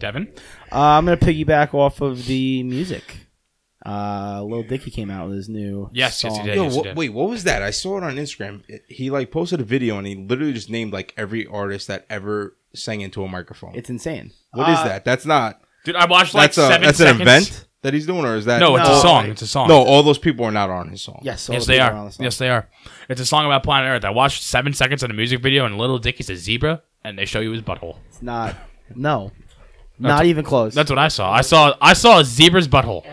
A: Devin?
E: Uh, I'm gonna piggyback off of the music. Uh, Lil Dicky came out with his new
A: Yes, yes, he
E: song.
A: did. Yeah,
C: Yo,
A: yes, it
C: what-
A: did.
C: wait, what was that? I saw it on Instagram. It- he like posted a video and he literally just named like every artist that ever sang into a microphone.
E: It's insane.
C: What is
E: Uh,
C: that? That's not.
A: Dude, I watched like
C: That's a,
A: seven
C: that's
A: seconds.
C: an event that he's doing, or is that
A: No, it's
E: No.
A: a song. It's a song.
C: No, all those people are not on his song.
E: Yes, all
A: Yes,
E: the
A: they
E: people on
A: are.
E: the song.
A: Yes, they are. It's a song about planet Earth. I watched seven seconds of the music video, and Little Dicky's a zebra, and they show you his butthole.
E: It's not. No, not even close.
A: That's what I saw. I saw I saw a zebra's butthole.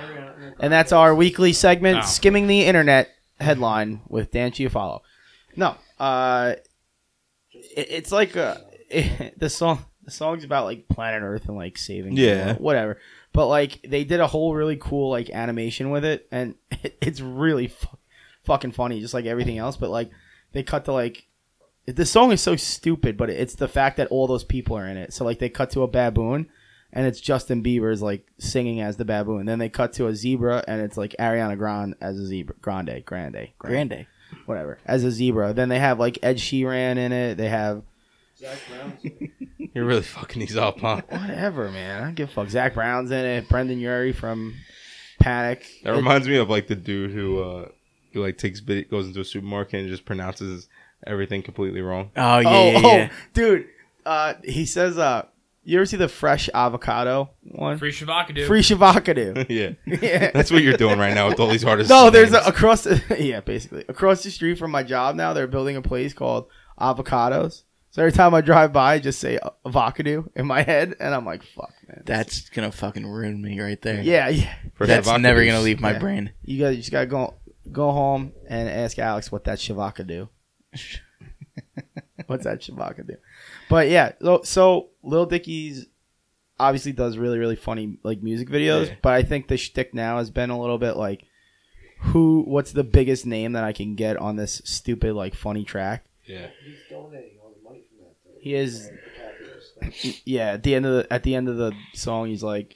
E: and that's our weekly segment,
A: Oh.
E: skimming the internet headline with Dan Chiafalo. No, uh, it, it's like uh, the song. The song's about like planet Earth and like saving. the
C: Yeah.
E: world, whatever. But like they did a whole really cool like animation with it, and it, it's really fu- fucking funny, just like everything else. But like they cut to like. The song is so stupid, but it's the fact that all those people are in it. So like they cut to a baboon, and it's Justin Bieber's like singing as the baboon. Then they cut to a zebra, and it's like Ariana Grande as a zebra, Grande, Grande, Grande,
D: Grande.
E: whatever, as a zebra. Then they have like Ed Sheeran in it. They have
B: Zach Brown's
C: You're really fucking these up, huh?
E: whatever, man. I don't give a fuck. Zach Brown's in it. Brendan Urie from Panic.
C: That reminds me of like the dude who uh who like takes vid- goes into a supermarket and just pronounces everything completely wrong.
D: Oh yeah,
E: oh,
D: yeah,
E: oh,
D: yeah.
E: dude. Uh, he says, uh, you ever see the fresh avocado one?
A: Free Shavaka, dude.
E: Free Shavakadu.
C: yeah.
E: yeah.
C: That's what you're doing right now with all these artists.
E: No, there's a,
C: names.
E: across the yeah, basically across the street from my job now. They're building a place called Avocados. So every time I drive by, I just say avocado in my head, and I'm like, "Fuck, man."
D: That's gonna fucking ruin me right there.
E: yeah, yeah.
C: For
D: That's
C: Shabaka
D: never
C: dudes.
D: gonna leave my
E: Yeah.
D: brain.
E: You guys just gotta go go home and ask Alex what that shavaka do. What's that shavaka do? But yeah, so, so Lil Dicky's obviously does really really funny like music videos,
C: Yeah.
E: but I think the shtick now has been a little bit like, who? What's the biggest name that I can get on this stupid like funny track?
C: Yeah.
B: he's donating all the money from that thing.
E: He is
B: Capitals.
E: yeah at the end of the at the end of the song he's like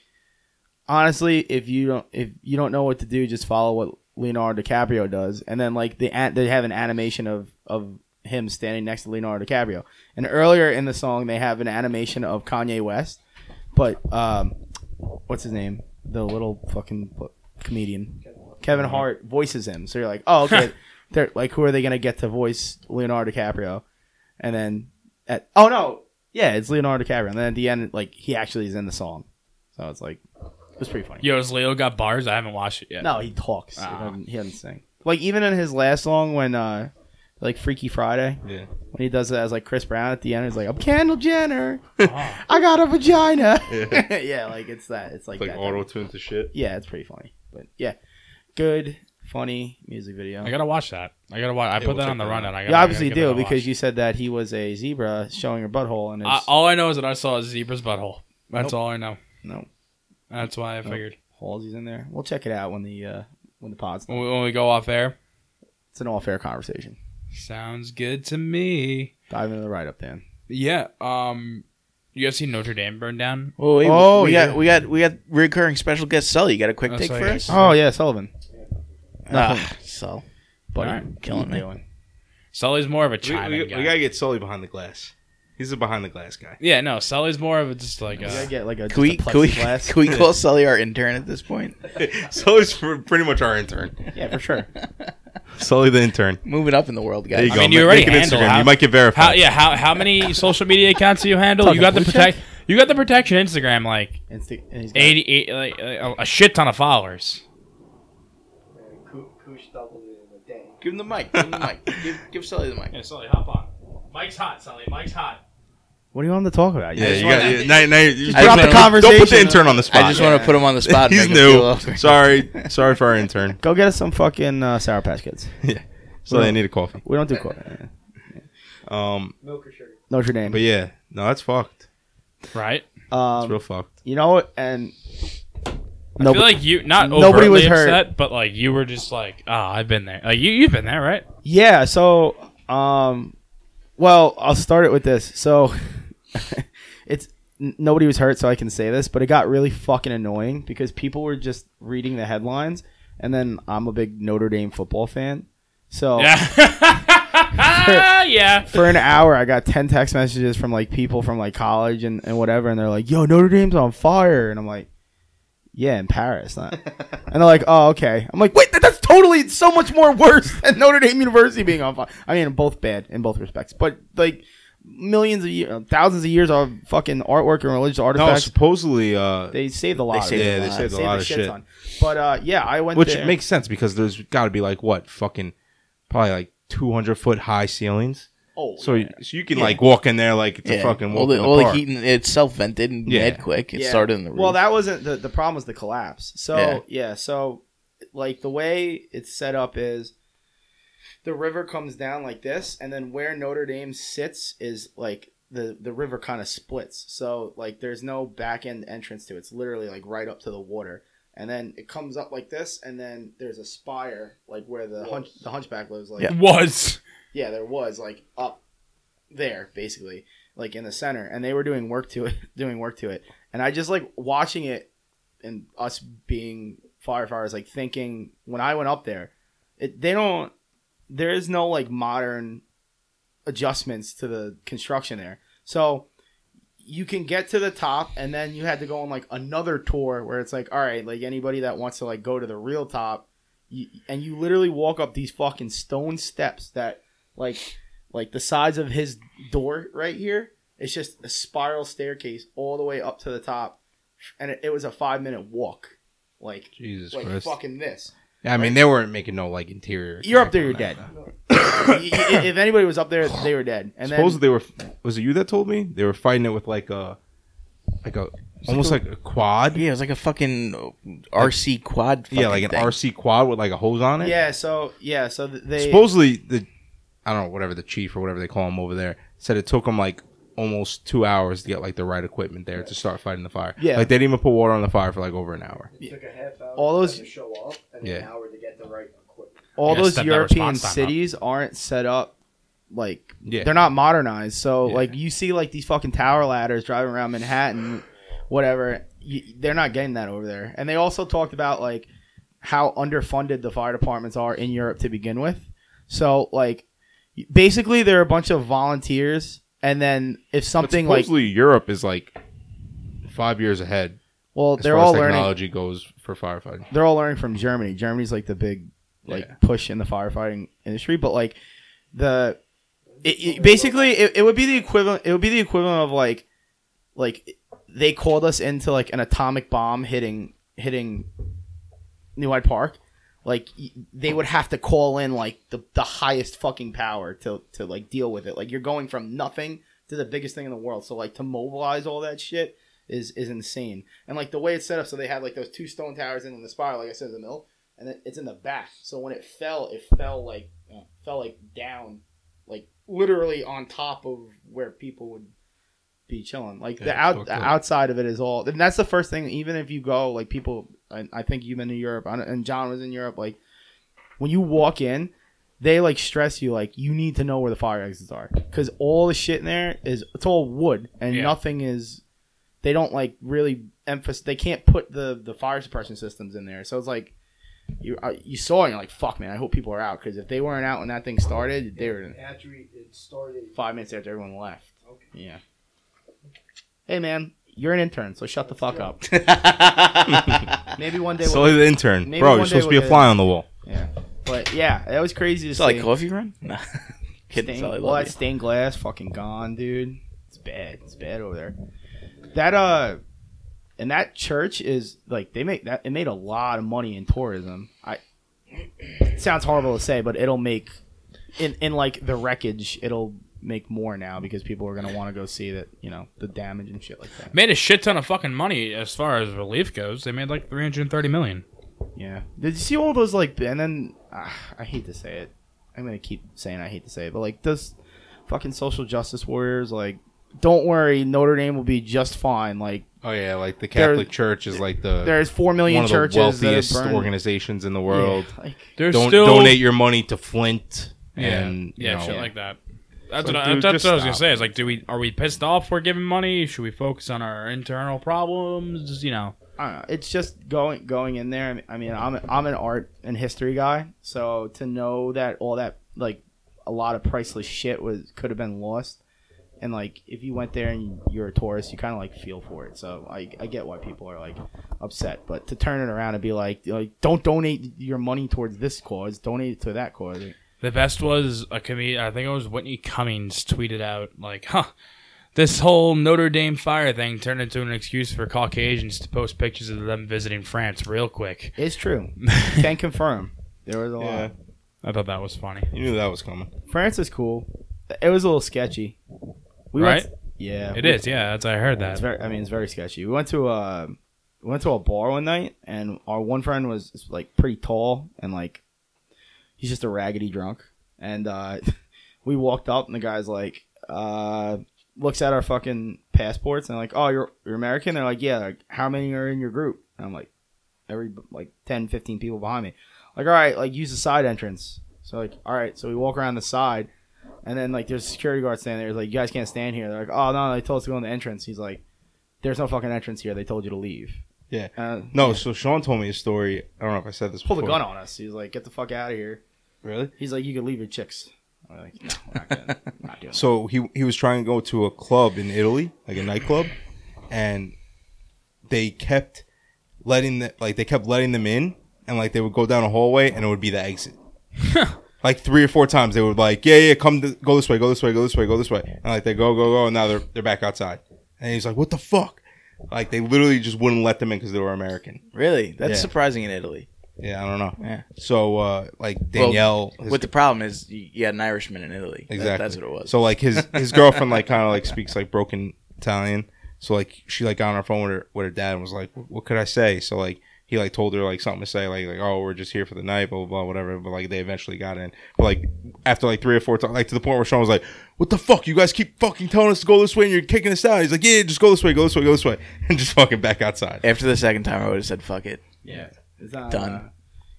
E: honestly if you don't if you don't know what to do just follow what leonardo dicaprio does and then like they an- they have an animation of of him standing next to leonardo dicaprio and earlier in the song they have an animation of kanye west but um what's his name the little fucking po- comedian kevin hart voices him so you're like oh okay they're like who are they gonna get to voice leonardo dicaprio and then at oh no yeah, it's Leonardo DiCaprio. And then at the end, like he actually is in the song, so it's like it was pretty funny.
A: Yo, has Leo got bars? I haven't watched it yet.
E: No, he talks. He,
A: Ah.
E: doesn't, he doesn't sing. Like even in his last song, when uh, like Freaky Friday,
C: Yeah.
E: when he does it as like Chris Brown at the end, he's like, "I'm Kendall Jenner.
A: Ah.
E: I got a vagina."
C: Yeah.
E: Yeah, like it's that. It's like,
C: It's like
E: that.
C: auto tune to shit.
E: Yeah, it's pretty funny. But yeah, good, funny music video.
A: I gotta watch that. I gotta watch. I
C: Yeah,
A: put
C: we'll
A: that
C: check
A: on the
C: that out.
A: rundown. I gotta,
E: you obviously
A: I gotta give
E: do
A: that a
E: because
A: watch.
E: you said that he was a zebra showing her butthole, and
A: I,
E: it's
A: all I know is that I saw a zebra's butthole. That's all I know.
E: no
A: That's why I
E: Nope.
A: figured
E: holes he's in there. We'll check it out when the uh, when the pods.
A: when, we, when we go off air,
E: It's an all fair conversation.
A: sounds good to me.
E: Dive into the write up, Dan.
A: Yeah. Um, you guys seen Notre Dame burn down?
D: Oh, wait,
E: Oh,
D: we
E: yeah.
D: got we got we got recurring special guest Sully. You got a quick
A: Oh,
D: take
A: Sully,
D: for
A: yeah.
D: us?
E: Oh yeah, Sullivan.
D: Ah, Sul.
E: Buddy,
A: Alright,
D: killing
E: what you
D: me.
E: doing?
A: Sully's more of a
C: We,
A: chime
C: we- we
A: guy.
C: gotta get Sully behind the glass. He's a behind the glass guy.
A: yeah, no, Sully's more of a just like
E: You gotta
A: a,
E: get like a,
D: Can we,
E: just a
D: can, we,
E: plexiglass.
D: can we call Sully our intern at this point?
C: Sully's pr- pretty much our intern.
E: Yeah, for sure.
C: Sully the intern.
D: Moving up in the world, guys.
C: There you
A: I
C: go.
A: mean, you
C: Ma-
A: already
C: make an
A: handle
C: Instagram.
A: how-
C: You might get verified.
A: how yeah how how many social media accounts do you handle?
E: Talking
A: You got the
E: blue
A: protect. You got the protection Instagram like
E: And, sti- and he's got,
A: eighty eight like a, a shit ton of followers.
B: Kush doubled it in a day.
D: Give him the mic. Give him the mic. Give, give Sully the mic.
A: Yeah, Sully, hop on. Mike's hot, Sully. Mike's hot.
E: What do you want him to talk about?
C: Yeah,
E: You
C: you
E: just
C: got
E: wanna-
C: yeah, now, now you- you
E: Just drop
C: put-
D: the
C: Don't put
E: conversation.
C: the intern on the spot.
D: I just want to put him on the spot. and
C: He's
D: make him feel
C: new.
D: awkward.
C: Sorry, sorry for our intern.
E: Go get us some fucking uh, Sour Patch Kids.
C: So they need a coffee.
E: We don't do coffee.
C: Um,
B: Milk or sugar?
E: Notre Dame.
C: but yeah, no, that's fucked.
A: Right.
C: It's
E: Um,
C: real fucked.
E: you know what? And
A: I feel
E: nobody,
A: like you not overtly
E: nobody was hurt.
A: upset, but like you were just like, ah, I've been there. Like you, you've been there, right?
E: yeah. So um, Well, I'll start it with this. So, it's n- nobody was hurt, so I can say this, but it got really fucking annoying because people were just reading the headlines, and then I'm a big Notre Dame football
A: Oh.
E: fan, so
A: Yeah. yeah.
E: for an hour I got ten text messages from like people from like college and, and whatever, and they're like, "Yo, Notre Dame's on fire," and I'm like. Yeah, in Paris, not. and they're like, "Oh, okay." I'm like, "Wait, that- that's totally so much more worse than Notre Dame University being on fire." I mean, both bad in both respects, but like millions of years, thousands of years of fucking artwork and religious
C: No,
E: artifacts.
C: supposedly, uh,
E: they saved a lot.
D: saved
C: Yeah, a they lot. saved a lot of
E: shit
C: shit.
E: ton. But uh, yeah, I went
C: which
E: there.
C: makes sense because there's got to be like what fucking probably like 200 foot high ceilings.
E: oh,
C: So, so you can like walk in there like it's a
D: Yeah.
C: fucking walk
D: all the,
C: in the
D: all the
C: park.
D: heat in- it self vented and
C: Yeah.
D: mad quick. It
E: Yeah.
D: started in the roof.
E: Well, that wasn't the the problem was the collapse. So yeah.
D: Yeah.
E: so like the way it's set up is the river comes down like this, and then where Notre Dame sits is like the the river kind of splits. So like there's no back end entrance to it. It's literally like right up to the water. And then it comes up like this, and then there's a spire, like where the hunch, the hunchback lives, like
A: Was.
E: yeah, there was like up there basically, like in the center, and they were doing work to it, doing work to it, and I just like watching it, and us being firefighters, like thinking when I went up there, it, they don't, there is no like modern adjustments to the construction there, so you can get to the top and then you had to go on like another tour where it's like all right like anybody that wants to like go to the real top you, and you literally walk up these fucking stone steps that like like the size of his door right here it's just a spiral staircase all the way up to the top and it, it was a five minute walk like
C: Jesus
E: like
C: Christ.
E: fucking this
C: Yeah, I mean, they weren't making no like interior.
E: you're up there you're
C: deck
E: dead
C: on that.
E: Y- y- if anybody was up there they were dead and then
C: Supposedly, they were. Was it you that told me they were fighting it with like a, like a, almost like a, quad?
D: yeah, it was like a fucking RC quad.
C: Yeah,
D: fucking
C: like an
D: thing.
C: RC quad with like a hose on it.
E: yeah so yeah so th- they
C: Supposedly the, I don't know whatever the chief or whatever they call him over there said it took them like almost two hours to get like the right equipment there to start fighting the fire.
E: Yeah.
C: like they didn't even put water on the fire for like over an hour.
B: It took a half hour
E: All
B: for
E: those-
B: them to show up and an
C: Yeah.
B: hour to get the right equipment.
E: all
A: Yeah,
E: those
A: step that
E: European
A: response time up.
E: cities aren't set up like
C: Yeah.
E: they're not modernized. So
C: Yeah.
E: like you see like these fucking tower ladders driving around Manhattan, whatever. You, they're not getting that over there. And they also talked about like how underfunded the fire departments are in Europe to begin with. So like basically they're a bunch of volunteers and then if
C: But
E: something like
C: supposedly Europe is like five years ahead
E: well
C: as
E: they're
C: far
E: all
C: as
E: learning
C: technology goes for firefighting.
E: they're all learning from Germany. Germany's like the big like
C: Yeah.
E: push in the firefighting industry, but like the it, it- basically it, it would be the equivalent it would be the equivalent of like like they called us into like an atomic bomb hitting hitting New Hyde Park. Like y- they would have to call in like the, the highest fucking power to to like deal with it. Like you're going from nothing to the biggest thing in the world. So like to mobilize all that shit is is insane. And like the way it's set up, so they had like those two stone towers and then the spire, like I said, in the middle, and then it's in the back. So when it fell, it fell like uh, fell like down, like literally on top of where people would be chilling. Like
C: Yeah,
E: the
C: it's
E: out
C: fucked
E: the
C: up.
E: outside of it is all, and that's the first thing. Even if you go, like people, I, I think you've been to Europe, I don't- and John was in Europe. Like when you walk in. They like stress you like you need to know where the fire exits are because all the shit in there is it's all wood and
A: Yeah.
E: nothing is they don't like really emphasize they can't put the the fire suppression systems in there so it's like you uh, you saw it and you're like fuck man i hope people are out because if they weren't out when that thing started they were
B: After it it started,
E: five minutes after everyone left
B: Okay.
E: yeah hey man you're an intern so shut the fuck up maybe one day we'll,
C: Slowly the intern,
E: maybe
C: bro.
E: one
C: You're
E: day
C: supposed to be
E: we'll
C: a fly on the wall.
E: yeah but yeah that was crazy to
D: Is
E: see
D: that like coffee run? Nah. Kidding.
E: Stained-
D: Sally,
E: all
D: love
E: that stained glass fucking gone, dude. It's bad. It's bad over there. That uh, and that church is like they make that it made a lot of money in tourism. I it sounds horrible to say, but it'll make in in like the wreckage, it'll make more now because people are gonna want to go see that you know the damage and shit like that.
A: Made a shit ton of fucking money as far as relief goes. They made like 330 million.
E: Yeah. Did you see all those like and then ah, I hate to say it. I'm gonna keep saying I hate to say it, but like those fucking social justice warriors like don't worry, Notre Dame will be just fine. Like
C: Oh yeah, like the
E: They're-
C: Catholic Church is like the
E: there's four million
C: one of the
E: churches
C: wealthiest
E: that are burned.
C: organizations in the world.
E: Yeah, like
A: There's
C: Don't
A: still
C: donate your money to Flint.
A: yeah,
C: and
A: yeah,
C: you know,
A: shit like that. That's
C: Like,
A: what, I,
C: dude,
A: that's
C: just
A: what I was gonna
C: stop.
A: say. Is like, do we are we pissed off we're giving money? Should we focus on our internal problems? Just, You know,
E: I don't know. It's just going going in there. I mean- I mean, I'm I'm an art and history guy, so to know that all that like a lot of priceless shit was could have been lost, and like if you went there and you're a tourist, you kind of like feel for it. So I I get why people are like upset, but to turn it around and be like like don't donate your money towards this cause, donate it to that cause.
A: the best was a comedian. I think it was Whitney Cummings tweeted out like, "Huh, this whole Notre Dame fire thing turned into an excuse for Caucasians to post pictures of them visiting France real quick."
E: It's true. Can confirm. There was a
C: Yeah,
E: lot.
A: I thought that was funny.
C: you knew that was coming.
E: France is cool. It was a little sketchy. We went-
A: Right?
E: yeah,
A: It
E: we-
A: is, yeah. That's I heard
E: It's
A: that.
E: very. I mean, it's very sketchy. We went to a we went to a bar one night, and our one friend was like pretty tall, and like he's just a raggedy drunk. And uh, we walked up, and the guy's like, uh, looks at our fucking passports, and like, oh, you're you're American. They're like, yeah. Like, how many are in your group? And I'm like, every like 10, 15 people behind me. Like, all right, like use the side entrance. So like, all right, so we walk around the side. And then like there's a security guard standing there. He's like, you guys can't stand here. They're like, oh no, they told us to go in the entrance. He's like, there's no fucking entrance here. They told you to leave.
C: Yeah.
E: Uh,
C: No, so Sean told me a story. I don't know if I said this.
E: pulled a
C: before.
E: gun on us. He's like, get the fuck out of here.
C: Really?
E: He's like, you can leave your chicks. We're like, no, we're not, gonna, we're not doing it.
C: So he he was trying to go to a club in Italy, like a nightclub, and they kept letting the like they kept letting them in, and like they would go down a hallway, and it would be the exit. like three or four times, they would like, yeah, yeah, come th- go this way, go this way, go this way, go this way, and like they go go go, and now they're they're back outside, and he's like, what the fuck? Like they literally just wouldn't let them in because they were American.
D: Really? That's
C: Yeah.
D: surprising in Italy.
C: Yeah, I don't know.
D: Yeah.
C: So uh, like
D: Well,
C: Danielle, his-
D: What the problem is, you you had an Irishman in Italy. That-
C: Exactly.
D: that's what it was.
C: So like his his girlfriend like kind of like speaks like broken Italian. So like she like got on her phone with her with her dad and was like, "What could I say?" So like he like told her like something to say like like oh we're just here for the night blah blah, blah whatever. But like they eventually got in. But like after like three or four times, like to the point where Sean was like, "What the fuck? You guys keep fucking telling us to go this way and you're kicking us out." He's like, "Yeah, just go this way, go this way, go this way," and just fucking back outside.
D: After the second time, I would have said, "Fuck it,
E: Yeah, it's not,
D: Done.
E: uh,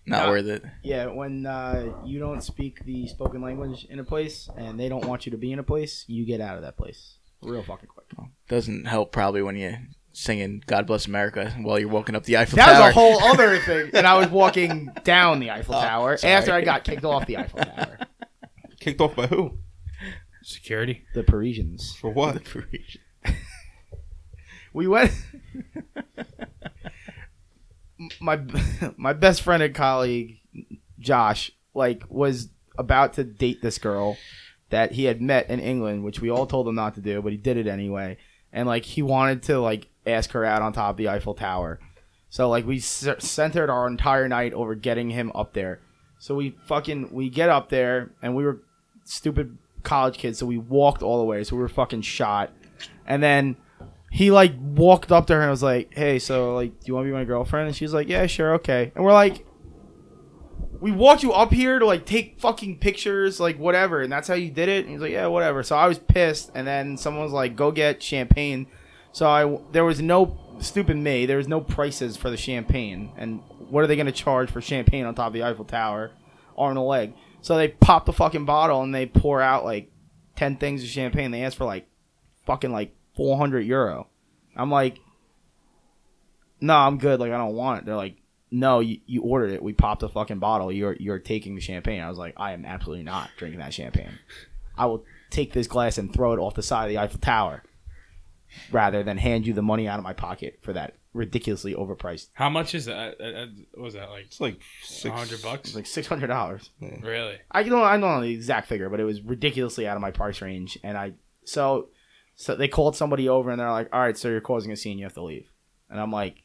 D: not
E: Nah.
D: worth it."
E: yeah, when uh, you don't speak the spoken language in a place and they don't want you to be in a place, you get out of that place real fucking quick.
D: Doesn't help probably when you singing "God Bless America" while you're walking up the Eiffel
E: That
D: Tower.
E: was a whole other thing. And I was walking down the Eiffel Tower
D: Oh, sorry.
E: after I got kicked off the Eiffel Tower.
C: Kicked off by who?
A: Security.
E: The Parisians.
C: For what?
E: we went. my my best friend and colleague Josh like was about to date this girl that he had met in England, which we all told him not to do, but he did it anyway. And like he wanted to like ask her out on top of the Eiffel Tower, so like we s- centered our entire night over getting him up there. So we fucking we get up there and we were stupid college kids, so we walked all the way. So we were fucking shot, and then he like walked up to her and was like, "Hey, so like, do you want to be my girlfriend?" And she was like, "Yeah, sure, okay." And we're like, "We walked you up here to like take fucking pictures, like whatever." And that's how you did it. And he's like, "Yeah, whatever." So I was pissed, and then someone was like, "Go get champagne." So I there was no stupid me. There was no prices for the champagne, and what are they gonna charge for champagne on top of the Eiffel Tower, arm and a leg? So they pop the fucking bottle and they pour out like ten things of champagne. They ask for like fucking like 400 euro. I'm like, no, I'm good. Like, I don't want it. They're like, no, you, you ordered it. We popped a fucking bottle. You're you're taking the champagne. I was like, I am absolutely not drinking that champagne. I will take this glass and throw it off the side of the Eiffel Tower rather than hand you the money out of my pocket for that ridiculously overpriced.
A: How much is that? Uh, uh, what was that like
C: It's like
A: a
C: six
A: hundred bucks?
E: It's like six hundred dollars.
A: really?
E: I don't I don't know the exact figure, but it was ridiculously out of my price range. And I so so they called somebody over and they're like, "All right, so you're causing a scene. You have to leave." And I'm like,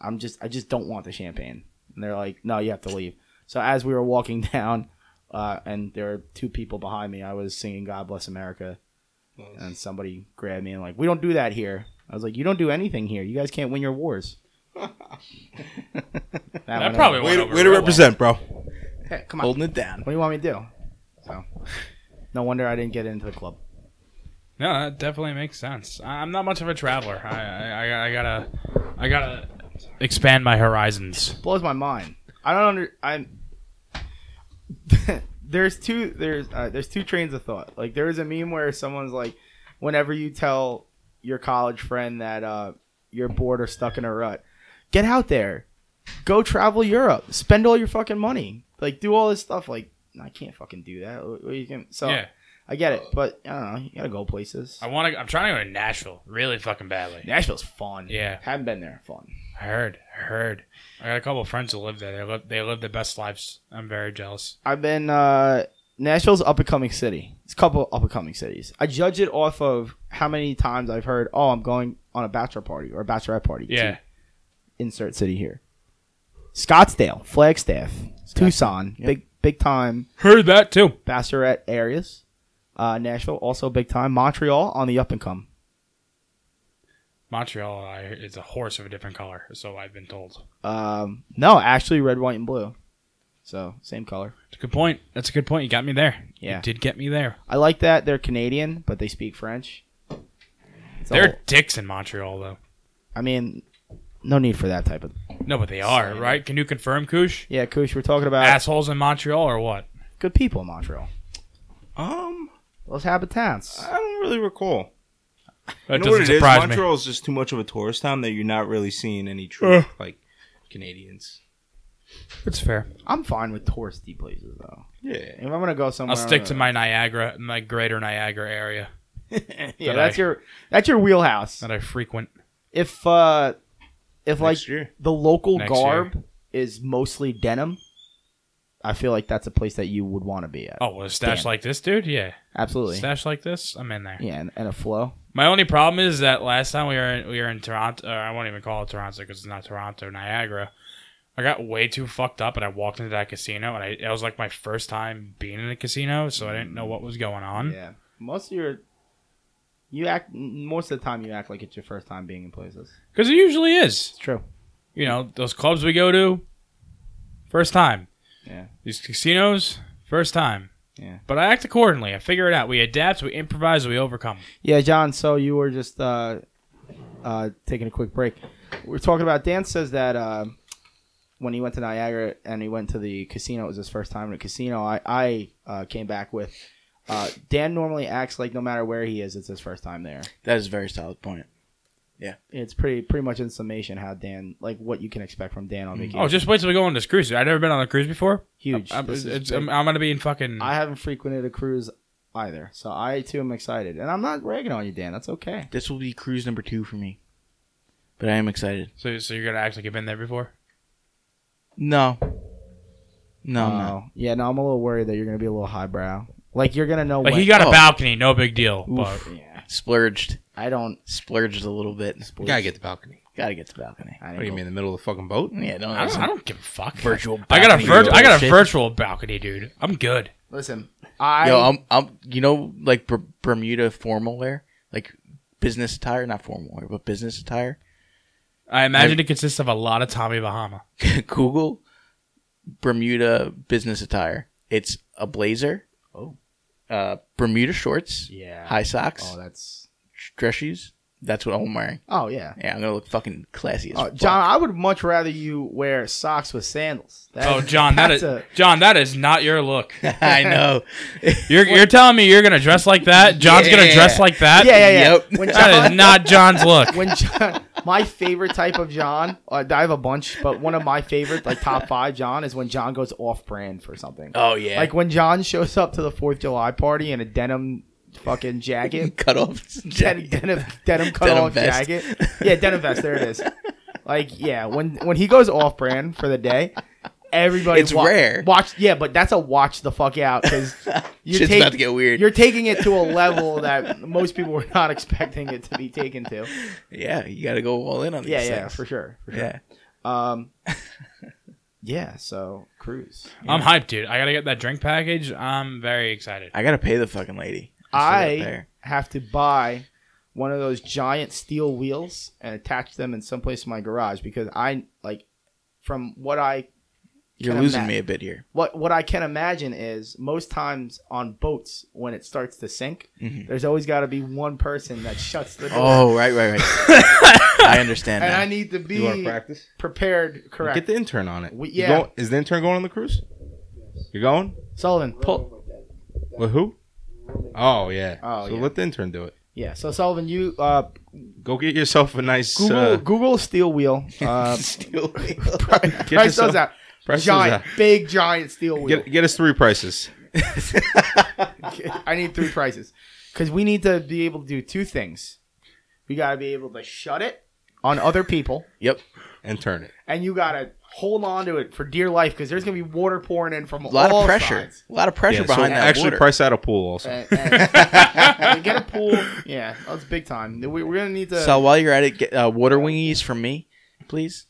E: "I'm just I just don't want the champagne." And they're like, "No, you have to leave." So as we were walking down, uh, and there were two people behind me, I was singing "God Bless America," and somebody grabbed me and like, "We don't do that here." I was like, "You don't do anything here. You guys can't win your wars." that
A: That
E: went
A: probably
E: over.
A: went
C: Way to,
A: over
C: way to
A: real well.
C: represent, bro.
E: Hey, come on.
D: holding it down.
E: What do you want me to do? So, no wonder I didn't get into the club.
A: No, that definitely makes sense. I- I'm not much of a traveler. I, I, I, I gotta, I gotta expand my horizons.
E: Blows my mind. I don't under. I'm. there's two there's uh, there's two trains of thought. Like there is a meme where someone's like, whenever you tell your college friend that uh, you're bored or stuck in a rut, get out there, go travel Europe, spend all your fucking money, like do all this stuff. Like I can't fucking do that. What- what you can so
A: yeah,
E: I get it, but I don't know. You gotta go places.
A: I want to. I'm trying to go to Nashville really fucking badly.
E: Nashville's fun.
A: Yeah.
E: haven't been there. Fun.
A: I heard, I heard. I got a couple of friends who live there. They live, they live their best lives. I'm very jealous.
E: I've been uh, Nashville's up and coming city. It's a couple up and coming cities. I judge it off of how many times I've heard, "Oh, I'm going on a bachelor party or a bachelorette party." to
A: Yeah,
E: insert city here. Scottsdale, Flagstaff, Tucson,
D: Yep.
E: big big time
A: heard that too.
E: bachelorette areas. Uh, Nashville also big time. Montreal on the up and come.
A: Montreal I, is a horse of a different color, so I've been told.
E: Um, no, actually red, white, and blue. So same color.
A: It's a good point. That's a good point. You got me there.
E: Yeah.
A: you did get me there.
E: I like that they're Canadian, but they speak French. It's a
A: They're
E: whole-
A: dicks in Montreal, though.
E: I mean, no need for that type of.
A: No, but they are
E: Same.
A: right. Can you confirm, Koosh?
E: Yeah, Kush, we're talking about
A: Assholes in Montreal or what?
E: good people in Montreal.
C: Um,
E: Those habitats.
C: I don't really recall.
A: That
C: You know
A: doesn't
C: what it is?
A: surprise me.
C: Montreal is just too much of a tourist town that you're not really seeing any true
A: Ugh.
C: like Canadians.
A: It's fair.
E: I'm fine with touristy places though.
C: Yeah,
E: If I'm gonna go somewhere,
A: I'll stick to my Niagara, my greater Niagara area
E: yeah,
A: that
E: that's
A: I-
E: your that's your wheelhouse.
A: that I frequent.
E: If uh, if like
C: next year.
E: the local
A: Next
E: garb is mostly denim, I feel like that's a place that you would want to be at.
A: Oh, with a stash
E: Damn.
A: like this, dude? Yeah.
E: Absolutely.
A: Stash like this? I'm in there.
E: yeah, and, and a flow.
A: My only problem is that last time we were in, we were in Toronto, or I won't even call it Toronto because it's not Toronto, Niagara. I got way too fucked up and I walked into that casino and I, it was like my first time being in a casino, so I didn't know what was going on.
E: Yeah. Most of your you act most of the time you act like it's your first time being in places.
A: Because it usually is.
E: It's true.
A: You know, those clubs we go to, first time.
E: Yeah.
A: These casinos, first time.
E: Yeah.
A: But I act accordingly. I figure it out. We adapt, we improvise, we overcome.
E: Yeah, John. So you were just uh, uh, taking a quick break. We're talking about Dan says that uh, when he went to Niagara and he went to the casino, it was his first time in a casino. I, I uh, came back with uh, Dan normally acts like no matter where he is, it's his first time there.
D: That is a very solid point.
E: It's pretty pretty much in summation how Dan like what you can expect from Dan on vacation.
A: Oh, just wait till we go on this cruise. I've never been on a cruise before.
E: huge.
A: I'm,
E: This is
A: it's-
E: big.
A: I'm- I'm gonna be in fucking.
E: I haven't frequented a cruise either, so I too am excited, and I'm not ragging on you, Dan. That's okay.
D: This will be cruise number two for me. But I am excited.
A: so, so you're gonna act like you've been there before?
D: No. No, I'm
E: Uh,
D: not.
E: yeah, no, I'm a little worried that you're gonna be a little highbrow. Like you're gonna know
A: Like
E: when-
A: he got
D: oh.
A: a balcony, no big deal. But
E: Oof, yeah,
D: Splurged.
E: I don't.
D: Splurged a little bit.
C: You gotta get the balcony.
D: Gotta get the balcony.
E: I
C: What do you
E: didn't
C: mean, in the middle of the fucking boat?
D: Yeah, don't,
A: I don't,
D: listen.
A: I don't give a fuck.
D: virtual
A: I got a
D: balcony
A: vir- I got a
D: bullshit.
A: virtual balcony, dude. I'm good.
E: go- Listen, I
D: Yo, I'm, I'm, you know, like Ber- Bermuda formal wear, like business attire, not formal wear, but business attire.
A: I imagine it consists of a lot of Tommy Bahama.
D: Google Bermuda business attire. It's a blazer,
E: Oh.
D: uh, Bermuda shorts,
E: yeah.
D: high socks,
E: Oh, that's.
D: dress shoes. That's what I'm wearing.
E: Oh yeah.
D: Yeah, I'm gonna look fucking classy as
E: Oh,
D: fuck.
E: John, I would much rather you wear socks with sandals. That-
A: Oh, John, that
E: that's
A: is John, that is not your look.
D: I know.
A: You're you're telling me you're gonna dress like that? John's gonna
D: Yeah.
A: dress like
E: A,
A: that?
E: yeah, yeah, yeah.
D: Yep.
E: When
A: That
E: John,
A: is not John's look.
E: when John, my favorite type of John, uh, I have a bunch, but one of my favorite, like top five John, is when John goes off-brand for something.
D: Oh yeah,
E: Like when John shows up to the Fourth of July party in a denim fucking jacket.
D: cut off
E: Den- denim denim cut
D: Denim
E: off
D: vest.
E: jacket. Yeah, denim vest. There it is. Like yeah, when when he goes off brand for the day, everybody
D: It's rare.
E: Watch yeah, but that's a watch the fuck out because
D: Shit's about to get weird.
E: You're taking it to a level that most people were not expecting it to be taken to.
D: Yeah, you gotta go all in on these
E: Yeah, yeah,
D: things.
E: for sure, for sure.
D: Yeah,
E: Um, yeah. So cruise.
A: I'm hyped, dude. I gotta get that drink package. I'm very excited.
D: I gotta pay the fucking lady.
E: I-
D: still got there.
E: have to buy one of those giant steel wheels and attach them in someplace in my garage because I like from what I
D: you're
E: can
D: losing
E: ima-
D: me a bit here.
E: what what I can imagine is most times on boats when it starts to sink,
C: Mm-hmm.
D: Mhm.
E: there's always got to be one person that shuts the door.
D: Oh right, right, right. I understand.
E: and
D: now.
E: I need to
C: You want to
E: be
C: practice?
E: prepared. Correct.
C: Get the intern on it.
E: We-
C: You
E: yeah.
C: go- is the intern going on the cruise?
B: Yes.
C: You're going?
E: Sullivan, pull.
B: With that
C: With who? Oh yeah.
E: Oh,
C: so
E: yeah.
C: let the intern do it.
E: Yeah. So Sullivan, you uh,
C: Go get yourself a nice
E: Google
C: uh,
E: Google steel wheel.
D: Um,
E: Uh,
D: Steel wheel.
E: price
C: yourself-
E: those out.
C: price those
E: giant,
C: out.
E: big giant steel wheel.
C: Get get us three prices.
E: I need three prices because we need to be able to do two things. We gotta be able to shut it on other people,
D: Yep.
C: and turn it.
E: and you gotta hold on to it for dear life because there's gonna be water pouring in from
D: A lot
E: all
D: of pressure.
E: sides.
D: A lot of pressure
C: Yeah, so
D: behind that
C: actually,
D: water.
C: price out a pool also.
E: And- and- get a pool. Yeah, that's big time. We, we're gonna need to.
D: so while you're at it, get uh, water wingies from me, please.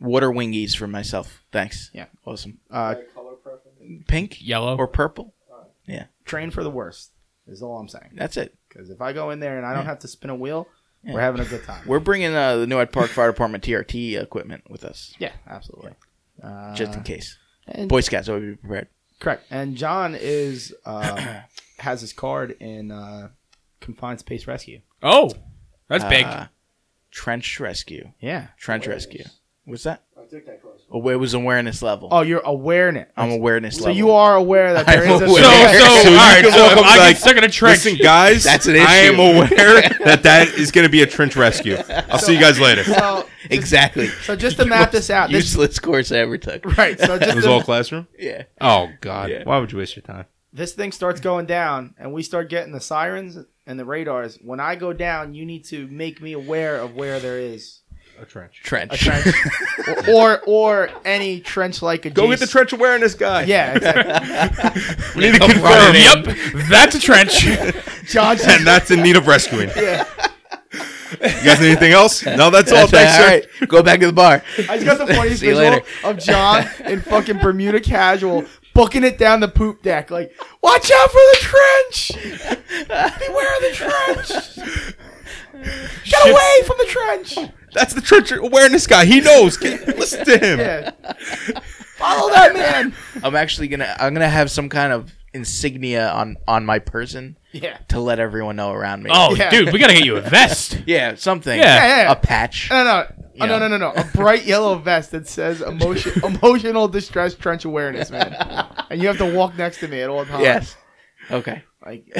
D: Water wingies for myself. Thanks.
E: Yeah.
D: Awesome.
E: uh,
B: color preference.
D: Pink
A: Yellow.
D: or purple?
E: train for the worst. Is all I'm saying.
D: That's it.
E: Because if I go in there and I don't have to spin a wheel,
D: Yeah.
E: we're having a good time.
D: We're bringing uh, the Newark Park Fire Department TRT equipment with us,
E: yeah, absolutely. Uh,
D: just in case.
E: and-
D: Boy Scouts always be prepared.
E: correct. And John is uh, has his card in uh, confined space rescue.
A: Oh, that's big.
D: Uh, Trench rescue.
E: Yeah.
D: Trench rescue. What's that?
B: I took that course.
D: Oh, it was awareness level.
E: Oh, you're awareness.
D: I'm awareness
E: so
D: level.
E: you are aware that there
D: I'm
E: is a
A: so,
D: aware.
A: so,
C: So
A: all
C: you
A: right.
C: can
A: So
C: walk
A: if
C: up
A: I
C: like,
A: get stuck in a trench.
C: Listen, guys,
D: That's an
C: I
D: issue.
C: am aware that that is going to be a trench rescue. I'll see you guys later.
E: So,
D: exactly
E: so just to map this out, this,
D: useless course I ever took.
E: right? So
C: It
E: just
C: was
E: to-
C: all classroom.
D: Yeah.
C: Oh God,
D: Yeah.
C: why would you waste your time?
E: this thing starts going down, and we start getting the sirens and the radars. When I go down, you need to make me aware of where there is
C: A trench.
D: Trench.
E: a trench, or, or or any trench like adjacent.
C: Go get the trench awareness guy.
E: Yeah, exactly.
C: we need to
D: Come
C: confirm.
D: running in.
A: Yep, that's a trench.
E: John just-
C: and that's in need of rescuing.
E: Yeah.
C: You guys need anything else? No, that's, all.
D: That's
C: Thanks,
D: right.
C: sir.
D: All right. Go back to the bar.
E: I just got the funniest
D: See you
E: visual
D: later.
E: of John in fucking Bermuda casual booking it down the poop deck, like, watch out for the trench! Beware of the trench! Get away from the trench!
C: That's the trench awareness guy. He knows. Get- listen to him.
E: Yeah. Follow that man!
D: I'm actually gonna I'm gonna have some kind of insignia on on my person
E: Yeah.
D: to let everyone know around me.
A: Oh,
E: Yeah.
A: dude, we gotta get you a vest.
D: yeah, something.
A: Yeah.
E: Yeah, yeah.
D: a patch.
E: No, no, no. Oh, no,
D: Yeah.
E: no, no, no. A bright yellow vest that says emotion, emotional distress trench awareness, man. And you have to walk next to me at all times.
D: Yes. Okay.
E: Like,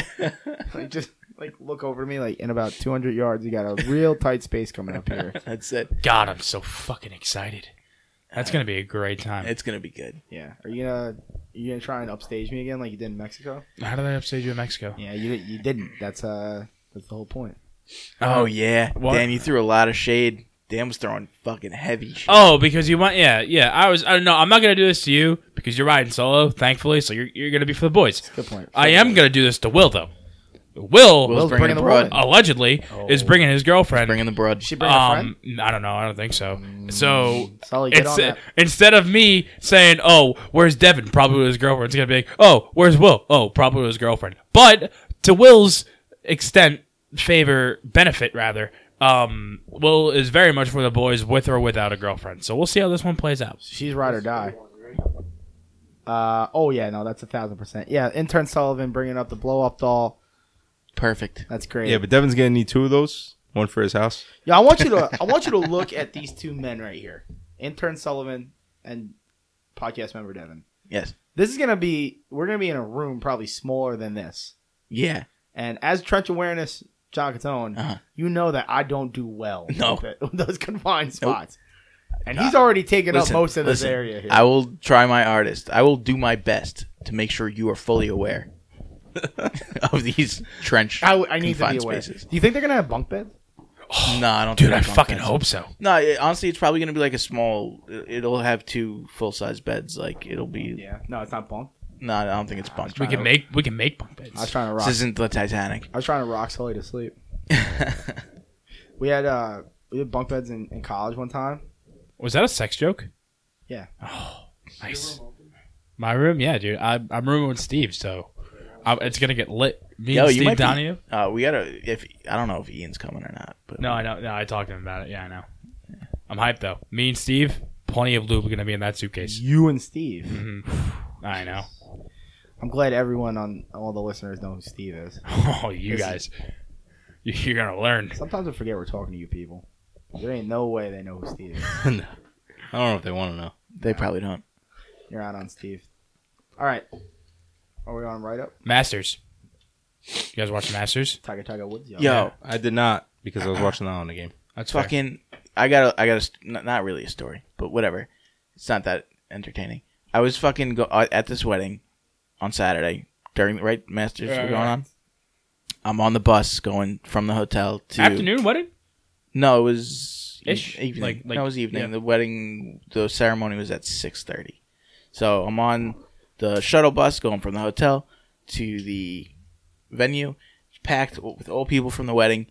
E: like just like look over me like in about 200 yards you got a real tight space coming up here
D: That's it.
A: God, I'm so fucking excited. That's gonna be a great time.
D: Uh, It's gonna be good.
E: yeah are you gonna you gonna try and upstage me again like you did in mexico
A: How did I upstage you in Mexico?
E: yeah you you didn't that's uh that's the whole point
A: Um,
D: Oh yeah.
A: What?
D: Dan, you threw a lot of shade. Dan was throwing fucking heavy shade.
A: Oh, because you want? Yeah, yeah. I was. I no, I'm not gonna do this to you because you're riding solo, thankfully. So you're, you're gonna be for the boys.
E: good point
A: I am gonna do this to Will though. Will,
D: Will's
E: bringing
D: bringing the
E: the
D: broad.
E: woman.
A: allegedly is bringing his girlfriend.
D: Oh. Bringing Mm. the broad.
E: she bring a friend
A: um, I don't know. I don't think so. So
E: Sully, get
A: it's,
E: on that.
A: instead of me saying, "Oh, where's Devin?" Probably with his girlfriend. It's gonna be, like, "Oh, where's Will?" Oh, probably with his girlfriend. But to Will's extent, favor, benefit rather, um, Will is very much for the boys with or without a girlfriend. So we'll see how this one plays out.
E: she's ride or die uh oh yeah no that's a thousand percent yeah intern sullivan bringing up the blow up doll
D: Perfect.
E: that's great
C: Yeah, but Devin's gonna need two of those. One for his house.
E: Yeah, I want you to I want you to look at these two men right here. Intern Sullivan and podcast member Devin.
D: Yes.
E: This is gonna be we're gonna be in a room probably smaller than this.
D: Yeah.
E: And as trench awareness John Catone,
D: Uh-huh.
E: you know that I don't do well
D: No.
E: with, it- with those confined
D: Nope.
E: spots. And he's already taken
D: Listen,
E: up most of
D: listen.
E: this area here.
D: I will try my artist. I will do my best to make sure you are fully aware of these trench.
E: I, w- I need to be
D: confined
E: aware.
D: spaces.
E: Do you think they're gonna have bunk beds?
D: No, I don't.
A: Dude,
D: think
A: I
D: it's on
A: fucking
D: fence.
A: hope so.
D: No, it, honestly, it's probably gonna be like a small. it- It'll have two full size beds. Like it'll be.
E: Yeah. No, it's not bunk.
D: No, I don't think it's bunked.
A: We can make we can make bunk
E: I was
A: beds.
E: trying to rock.
D: This isn't the Titanic.
E: I was trying to rock Sully to sleep.
D: yeah,
E: We had uh we had bunk beds in, in college one time.
A: Was that a sex joke?
E: Yeah.
A: Oh, nice. My room, yeah, dude. I, I'm rooming with Steve, so I, it's gonna get lit. Me
D: Yo,
A: and
D: you
A: Steve
D: might be-
A: Donahue.
D: uh, we gotta. If I don't know if Ian's coming or not, but
A: No, I know. No, I talked to him about it. Yeah, I know. I'm hyped though. Me and Steve, plenty of lube gonna be in that suitcase.
E: You and Steve.
A: hmm I know.
E: I'm glad everyone on all the listeners know who Steve is.
A: Oh, you guys, You- you're gonna learn.
E: Sometimes I forget we're talking to you people. There ain't no way they know who Steve is.
C: No. I don't know if they want to know.
D: they probably don't.
E: You're out on Steve. All right. Are we on right up?
A: Masters. You guys watch the Masters?
E: Tiger Tiger Woods.
D: Yo,
C: I did not because I was watching the Islander game.
A: That's fair.
D: fucking I got a, I got a st- not, not really a story, but whatever. It's not that entertaining. I was fucking go- uh, at this wedding on Saturday during the right masters
A: Right,
D: were going
A: right.
D: on. I'm on the bus going from the hotel to
A: Afternoon wedding?
D: No, it was e-
A: Ish?
D: evening.
A: Like- like-
D: no, it was evening.
A: yeah.
D: The wedding, the ceremony was at six thirty. So I'm on the shuttle bus going from the hotel to the venue. It's packed with old people from the wedding.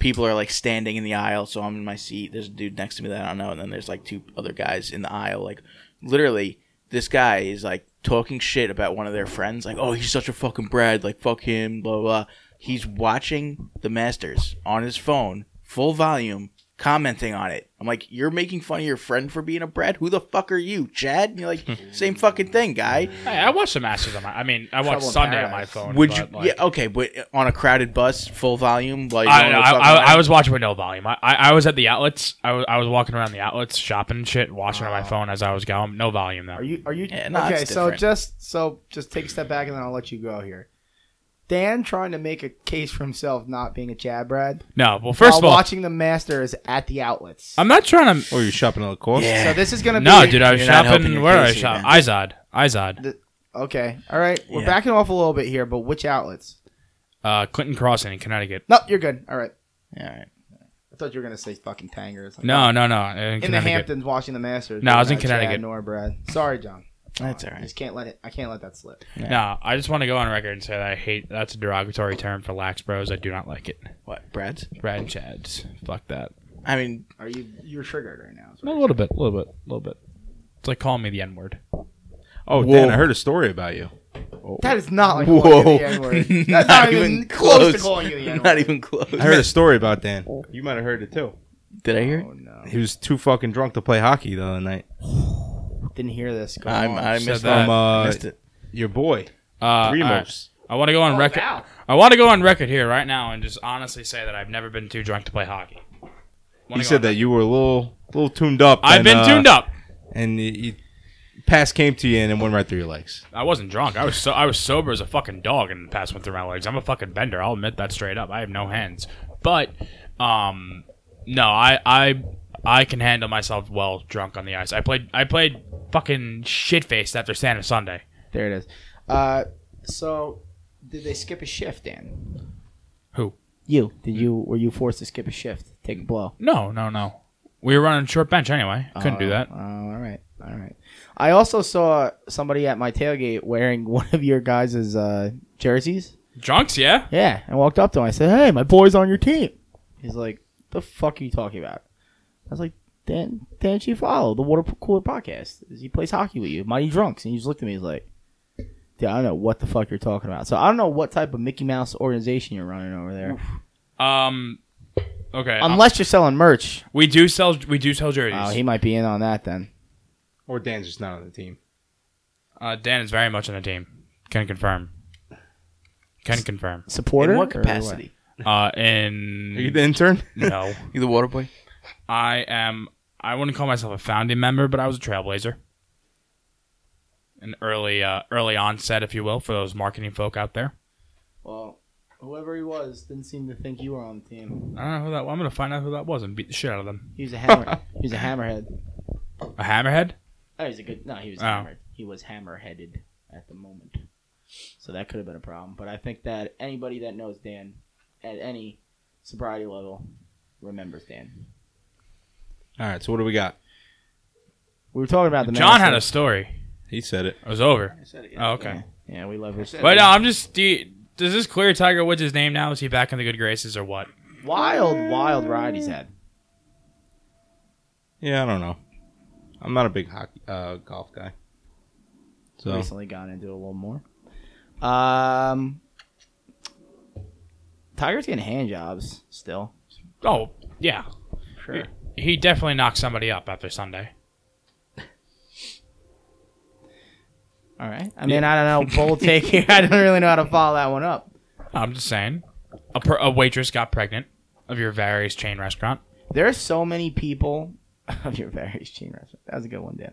D: People are like standing in the aisle, so I'm in my seat. There's a dude next to me that I don't know, and then there's like two other guys in the aisle. Like literally, this guy is like talking shit about one of their friends. Like, oh, he's such a fucking Brad. Like, fuck him. Blah blah. blah. He's watching the Masters on his phone, full volume, commenting on it. I'm like, you're making fun of your friend for being a Brad. Who the fuck are you, Chad? And you're like, same fucking thing, guy.
A: Hey, I watched the Masters on my. I mean, I watched
E: Trouble in
A: Sunday on my
E: Paradise.
A: phone.
D: Would you?
A: but, like,
D: yeah, okay, but uh, on a crowded bus, full volume, like
A: I,
D: going to
A: I,
D: the fucking
A: I, I
D: aisle?
A: was watching with no volume. I, I, I was at the outlets. I was, I was walking around the outlets, shopping and shit, watching on my phone as I was going. No volume though.
E: Are you? Are you?
D: Yeah, no,
E: okay,
D: it's
E: so
D: different.
E: just so just take a step back and then I'll let you go here. Dan trying to make a case for himself not being a Chad Brad
A: no. Well, first of
E: while
A: all,
E: watching the Masters at the outlets.
A: I'm not trying to.
C: Or Oh, you're shopping at Lacoste?
D: Yeah.
E: so this is gonna
A: No,
E: be
A: dude. I was
D: You're not helping
A: shopping.
D: your
A: Where did I
D: case here,
A: shop?
D: man.
A: Izod. Izod.
E: okay. All right, we're
D: Yeah.
E: backing off a little bit here, but which outlets?
A: Uh, Clinton Crossing in Connecticut.
E: No, you're good. All right,
D: All right.
E: I thought you were gonna say fucking Tangers.
A: No, no, no. In,
E: in the
A: Connecticut.
E: Hamptons watching the Masters.
A: No, I was in
E: Not Chad
A: Connecticut.
E: Nor Brad. Sorry, John.
D: That's all
E: I
D: right.
E: just can't let it. I can't let that slip.
A: No, I just want to go on record and say that I hate. That's a derogatory term for lax bros. I do not like it.
D: What, Brad's?
A: Brad and Chads. Fuck that.
D: I mean,
E: Are you? You're triggered right now. is
A: A
E: what-
A: little bit. A little bit. A little bit. It's like calling me the N word.
C: Oh,
D: Whoa.
C: Dan, I heard a story about you.
E: That is not like calling you the N-word. That's not even close to calling you the N-word.
D: Not even close.
C: I heard a story about Dan. You might have heard it too.
D: Did I hear? it?
E: Oh no!
C: He was too fucking drunk to play hockey the other night.
E: Didn't hear this. Go
D: I'm,
E: on.
D: I
A: said
D: missed
A: that.
D: that.
C: Um, uh,
D: missed it.
C: Your boy,
A: Uh,
C: Remos.
A: I, want to go on
E: Oh,
A: record.
E: wow.
A: I want to go on record here right now and just honestly say that I've never been too drunk to play hockey.
C: he said that you were a little, little tuned up.
A: I've
C: and,
A: been
C: uh,
A: tuned up.
C: and you, you, pass came to you and it went right through your legs.
A: I wasn't drunk. I was so I was sober as a fucking dog, and the pass went through my legs. I'm a fucking bender. I'll admit that straight up. I have no hands, but um, no, I I I can handle myself well drunk on the ice. I played I played fucking shit faced after Santa Sunday.
E: There it is. Uh, so, did they skip a shift, Dan?
A: Who?
E: You? Did you? Were you forced to skip a shift? Take a blow.
A: No, no, no. We were running short bench anyway. Couldn't do that.
E: Oh, all right, all right. I also saw somebody at my tailgate wearing one of your guys' uh, jerseys.
A: Drunks, yeah.
E: Yeah, and walked up to him. I said, "Hey, my boy's on your team." He's like, "The fuck are you talking about?" I was like, "Dan, Dan, you follow the Water Cooler Podcast. He plays hockey with you, Mighty Drunks." And he just looked at me. He's like, "Dude, I don't know what the fuck you're talking about." So I don't know what type of Mickey Mouse organization you're running over there,
A: Um, okay. um,
E: unless you're selling merch.
A: we do sell we do sell jerseys.
E: Oh, he might be in on that then.
C: Or Dan's just not on the team.
A: Uh, Dan is very much on the team. Can confirm. Can confirm.
E: Supporter
D: In what
E: or
D: capacity?
A: Uh,
C: Are you
A: in
C: the intern?
A: no,
D: You the water boy?
A: I am. I wouldn't call myself a founding member, but I was a trailblazer. An early, uh, early onset, if you will, for those marketing folk out there.
E: Well, whoever he was didn't seem to think you were on the team.
A: I don't know who that. I'm gonna find out who that was and beat the shit out of them.
E: He was a hammer. he was a hammerhead.
A: A hammerhead.
E: Oh, he's a good. No, he was
A: Oh.
E: hammered. He was hammer-headed at the moment, so that could have been a problem. But I think that anybody that knows Dan at any sobriety level remembers Dan.
C: All right, so what do we got?
E: We were talking about the
A: John had a story.
C: He said it.
A: It was over.
D: I said it.
A: Oh, okay.
E: Yeah, we love his
A: But no, I'm just. Do you, does this clear Tiger Woods' his name now? Is he back in the good graces or what?
E: wild, wild ride he's had.
C: Yeah, I don't know. I'm not a big hockey, uh, golf guy. So
E: Recently gone into it a little more. Um, Tiger's getting hand jobs still.
A: Oh yeah,
E: Sure.
A: he definitely knocked somebody up after Sunday.
E: All right. I mean, I don't know. Bold take here. I don't really know how to follow that one up.
A: I'm just saying, a, per, a waitress got pregnant of your various chain restaurant.
E: There are so many people of your various chain restaurant. That was a good one, Dan.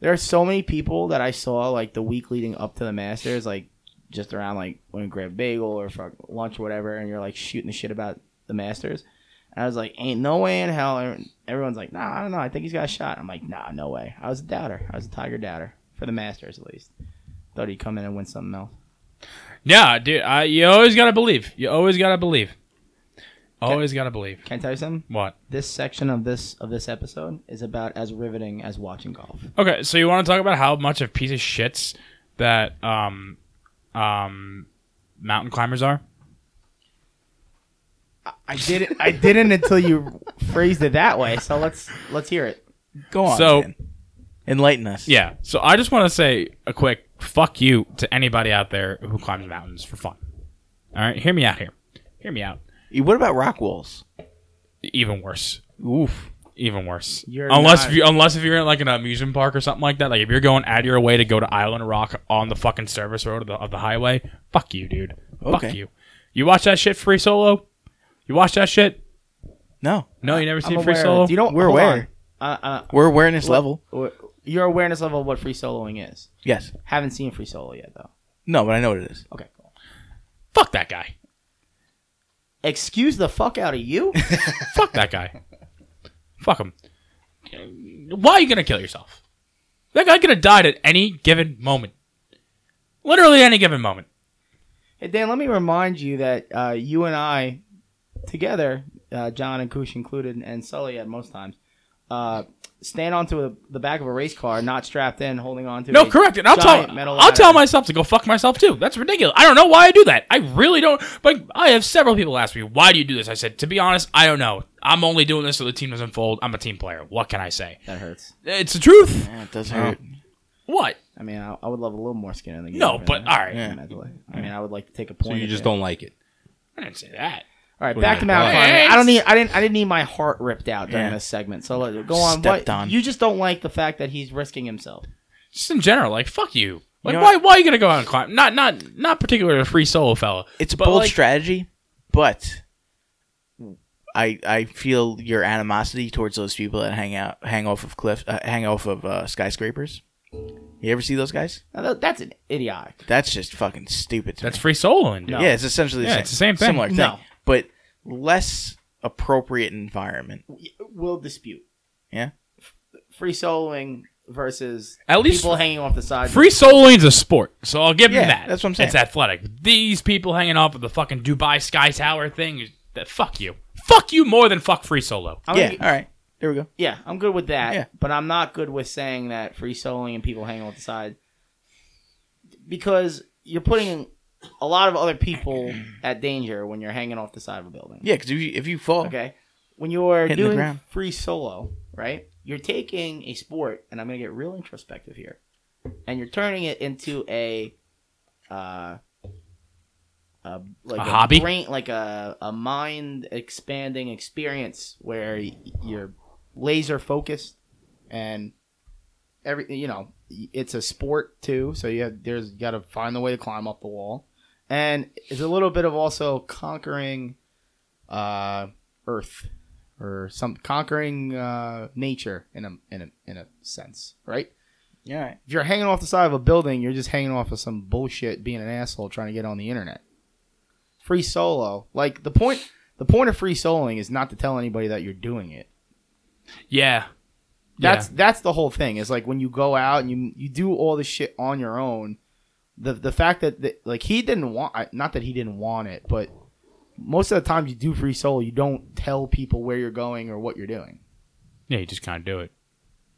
E: There are so many people that I saw like the week leading up to the Masters, like just around like when we grab a bagel or fuck lunch or whatever, and you're like shooting the shit about the Masters. And I was like, ain't no way in hell. And Everyone's like, nah, I don't know. I think he's got a shot. I'm like, nah, no way. I was a doubter. I was a Tiger doubter for the Masters at least. Thought he'd come in and win something else.
A: Yeah, dude. I, you always gotta believe. You always gotta believe. Always gotta believe.
E: Can I tell you something?
A: What?
E: This section of this of this episode is about as riveting as watching golf.
A: Okay, so you want to talk about how much of piece of shits that um, um, mountain climbers are?
E: I didn't. I didn't until you phrased it that way. So let's let's hear it.
D: Go on.
A: So-
D: Dan. enlighten us.
A: Yeah. So I just want to say a quick fuck you to anybody out there who climbs mountains for fun. All right, hear me out here. Hear me out.
D: What about rock walls?
A: Even worse.
D: Oof.
A: Even worse.
E: You're
A: unless
E: not-
A: if you unless if you're in like an amusement park or something like that. Like if you're going out of your way to go to Island Rock on the fucking service road of the, of the highway, fuck you, dude. Fuck
D: Okay.
A: you. You watch that shit free solo. You watch that shit.
D: No,
A: No, you never seen
E: I'm
A: free
E: aware.
A: solo.
E: Do you know
D: We're
E: hold
D: aware.
E: on. Uh,
D: we're awareness level.
E: uh, your awareness level of what free soloing is.
D: Yes.
E: Haven't seen free solo yet though.
D: No, but I know what it is.
E: Okay, cool.
A: Fuck that guy.
E: Excuse the fuck out of you.
A: Fuck that guy. Fuck him. Why are you gonna kill yourself? That guy could have died at any given moment. Literally any given moment.
E: hey Dan, let me remind you that uh, you and I together, uh, John and Kush included, and Sully at most times, uh, stand onto a, the back of a race car, not strapped in, holding onto
A: No,
E: a
A: correct. And I'll
E: giant
A: tell
E: metal
A: I'll tell
E: ladder.
A: myself to go fuck myself too. That's ridiculous. I don't know why I do that. I really don't. But I have several people ask me why do you do this. I said to be honest, I don't know. I'm only doing this so the team doesn't fold. I'm a team player. What can I say?
E: That hurts.
A: It's the truth.
D: Yeah, it does hurt.
A: What?
E: I mean, I, I would love a little more skin in the game.
A: No,
E: for
A: but
E: that,
A: all right.
D: Yeah.
E: mentally. I mean, I would like to take a point.
C: So you
E: at
C: just
E: that.
C: don't like it.
A: I didn't say that.
E: All right,
C: Wait a
E: back to
C: minute.
E: Mount
A: Why?
E: Climbing. I don't need. I didn't. I didn't need my heart ripped out during
D: Yeah.
E: this segment. So let, go on.
D: Stepped
E: What,
D: on.
E: You just don't like the fact that he's risking himself.
A: Just in general, like fuck you. Like
D: know
A: why? Why are you gonna go out and climb? Not not not particularly a free solo fella.
D: It's a
A: But,
D: bold
A: like-
D: strategy, but I I feel your animosity towards those people that hang out hang off of cliff uh, hang off of uh, skyscrapers. You ever see those guys?
E: Now, that, that's an idiotic.
D: That's just fucking stupid. To
A: That's
D: me.
A: free soloing, dude.
D: yeah, it's essentially the
A: Yeah,
D: same.
A: it's the same thing.
D: Similar thing,
E: No.
D: but less appropriate environment.
E: We'll dispute.
D: Yeah.
E: Free soloing versus
A: At least-
E: people hanging off the side.
A: Free soloing's a sport, so I'll give
D: Yeah,
A: him that.
D: that's what I'm saying.
A: It's athletic. These people hanging off of the fucking Dubai Sky Tower thing, is- that fuck you. Fuck you more than fuck free solo.
E: I'm
D: yeah.
E: gonna-
D: all right. There we go.
E: yeah, I'm good with that.
D: Yeah.
E: But I'm not good with saying that free soloing and people hanging off the side because you're putting a lot of other people at danger when you're hanging off the side of a building.
D: Yeah, because if you, if you fall,
E: Okay. When you're
D: Hitting the
E: doing
D: ground.
E: free solo, right? You're taking a sport, and I'm going to get real introspective here, and you're turning it into a, uh, a like
A: A hobby?
E: brain, like a, a mind expanding experience where y- you're laser focused and every you know it's a sport too so you have there's you got to find the way to climb up the wall and it's a little bit of also conquering uh earth or some conquering uh nature in a in a in a sense right
D: yeah, all right.
E: if you're hanging off the side of a building you're just hanging off of some bullshit being an asshole trying to get on the internet free solo like the point the point of free soloing is not to tell anybody that you're doing it
A: Yeah.
E: that's that's the whole thing. Is like when you go out and you you do all this shit on your own. The the fact that the, like he didn't want I- not that he didn't want it, but most of the time you do free solo, you don't tell people where you're going or what you're doing.
A: Yeah, you just kind of do it.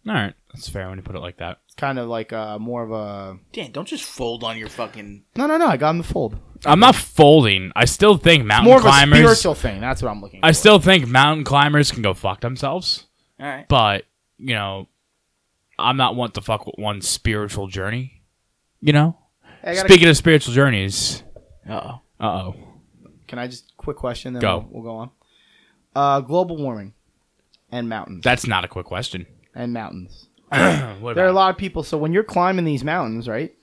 A: All right. That's fair when you put it like that.
E: It's kind of like uh more of a
D: Dan, don't just fold on your fucking.
E: no no no. I got him the fold.
A: I'm not folding. I still think mountain
E: More of
A: climbers.
E: a spiritual thing. That's what I'm looking.
A: I
E: for.
A: still think mountain climbers can go fuck themselves.
D: All right.
A: but you know, I'm not one to fuck with one spiritual journey. You know,
E: I gotta-
A: speaking of spiritual journeys,
D: Uh oh.
A: uh oh,
E: Can I just quick question? Then
A: Go.
E: We'll, we'll go on. Uh, global warming and mountains
A: that's not a quick question.
E: and mountains.
A: What
E: There are a
A: about-
E: lot of people. So when you're climbing these mountains, right?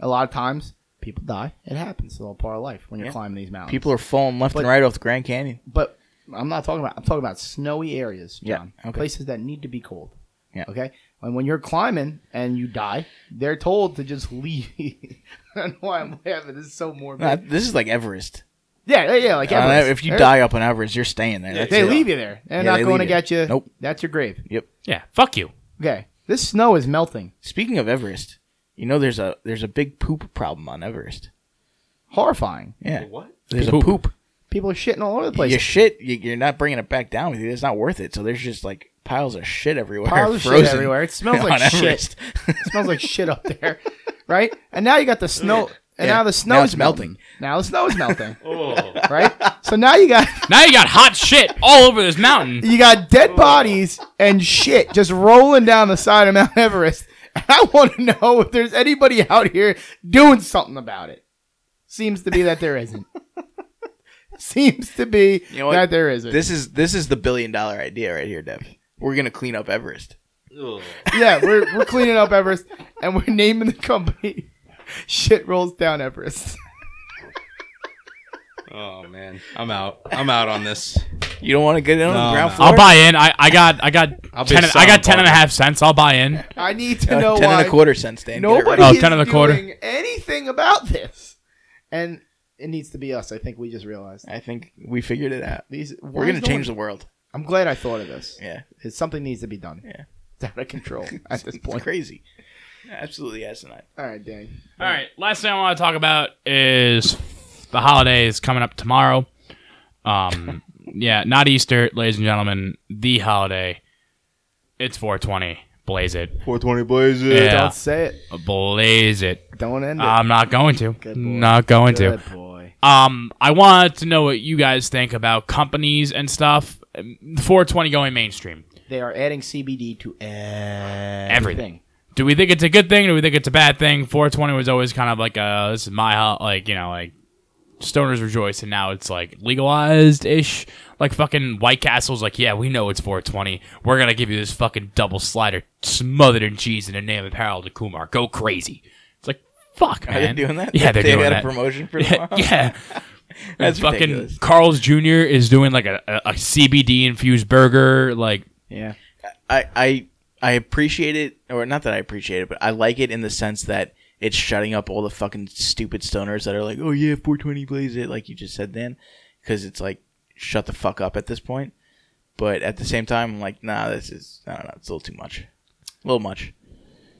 E: A lot of times people die. It happens. It's all part of life when you're
D: Yeah.
E: climbing these mountains.
D: People are falling left
E: But-
D: and right off the Grand Canyon.
E: but I'm not talking about. I'm talking about snowy areas,
D: Yeah,
E: John.
D: okay.
E: Places that need to be cold.
D: Yeah.
E: Okay. And when you're climbing and you die, they're told to just leave. I don't know why I'm laughing. This is so morbid.
D: Nah, this is like Everest.
E: yeah, yeah, yeah. Like
D: Uh,
E: Everest.
D: if you
E: They're-
D: die up on Everest, you're staying there. That's
E: they
D: it.
E: leave you there. They're
D: Yeah,
E: not
D: they
E: going to
D: leave you.
E: get you.
D: Nope.
E: That's your grave.
A: Yeah, fuck you.
E: Okay. This snow is melting.
D: Speaking of Everest, you know there's a there's a big poop problem on Everest.
E: Horrifying.
D: Yeah,
B: What?
D: there's
A: Poop.
D: a poop.
E: People are shitting all over the
D: Your
E: place.
D: shit, you, you're not bringing it back down with you. It's not worth it. So there's just like piles of shit everywhere.
E: Piles of shit
D: frozen
E: everywhere. It smells
D: on
E: like shit.
D: Everest.
E: It smells like shit up there, right? And now you got the snow. And
D: Yeah.
E: now the snow
D: Now
E: is
D: it's
E: melting.
D: melting.
E: Now the snow is melting, right? So now you got
A: Now you got hot shit all over this mountain.
E: you got dead bodies and shit just rolling down the side of Mount Everest. And I want to know if there's anybody out here doing something about it. Seems to be that there isn't. Seems to be
D: You know what?
E: that there isn't.
D: This is this is the billion dollar idea right here, Dev. We're gonna clean up Everest.
E: yeah, we're we're cleaning up Everest and we're naming the company. Shit rolls down Everest.
C: Oh man, I'm out. I'm out on this.
D: You don't want to get in on
C: No,
D: the ground
C: no.
D: floor.
A: I'll buy in. I, I got I got
C: I'll be
A: ten, I got
C: silent,
A: ten and a
C: Parker.
A: half cents. I'll buy in.
E: I need to
D: Uh,
E: know
D: ten
E: why
D: and a quarter cents, Dan. Get it
E: nobody
D: right.
A: Oh,
E: is
A: 10 and a quarter.
E: doing anything about this. And it needs to be us. I think we just realized
D: I think we figured it out.
E: these.
D: We're gonna change the world.
E: I'm glad I thought of this.
D: Yeah,
E: It's something needs to be done.
D: Yeah.
E: It's out of control at this
D: it's
E: point.
D: crazy. Absolutely asinine.
E: All right, Dan.
A: All right. Last thing I want to talk about is the holidays coming up tomorrow. Um, yeah, not Easter, ladies and gentlemen. The holiday. It's 420. Blaze it.
C: 420 Blaze it.
A: Yeah.
E: Don't say it.
A: Blaze it.
E: Don't end it.
A: I'm not going to.
E: Good boy.
A: Not going to.
E: Good boy.
A: Um, I want to know what you guys think about companies and stuff. Um, 420 going mainstream.
E: They are adding CBD to everything.
A: Everything. Do we think it's a good thing? Do we think it's a bad thing? 420 was always kind of like a this is my ho- like you know like stoners rejoice, and now it's like legalized ish. Like fucking White Castle's like yeah we know it's 420. We're gonna give you this fucking double slider smothered in cheese in the name of Harold Kumar. Go crazy. It's like fuck
D: Are
A: man.
D: they doing that?
A: Yeah, they're
D: they
A: doing
D: got
A: that.
D: a promotion for
A: yeah,
D: tomorrow.
A: yeah.
D: That's
A: fucking
D: ridiculous.
A: Carl's Jr. is doing like a, a, a CBD infused burger. Like,
E: Yeah.
D: I, I I appreciate it, or not that I appreciate it, but I like it in the sense that it's shutting up all the fucking stupid stoners that are like, oh yeah, 420 plays it, like you just said, Dan, because it's like shut the fuck up at this point. But at the same time, I'm like, nah, this is I don't know, it's a little too much, a little much.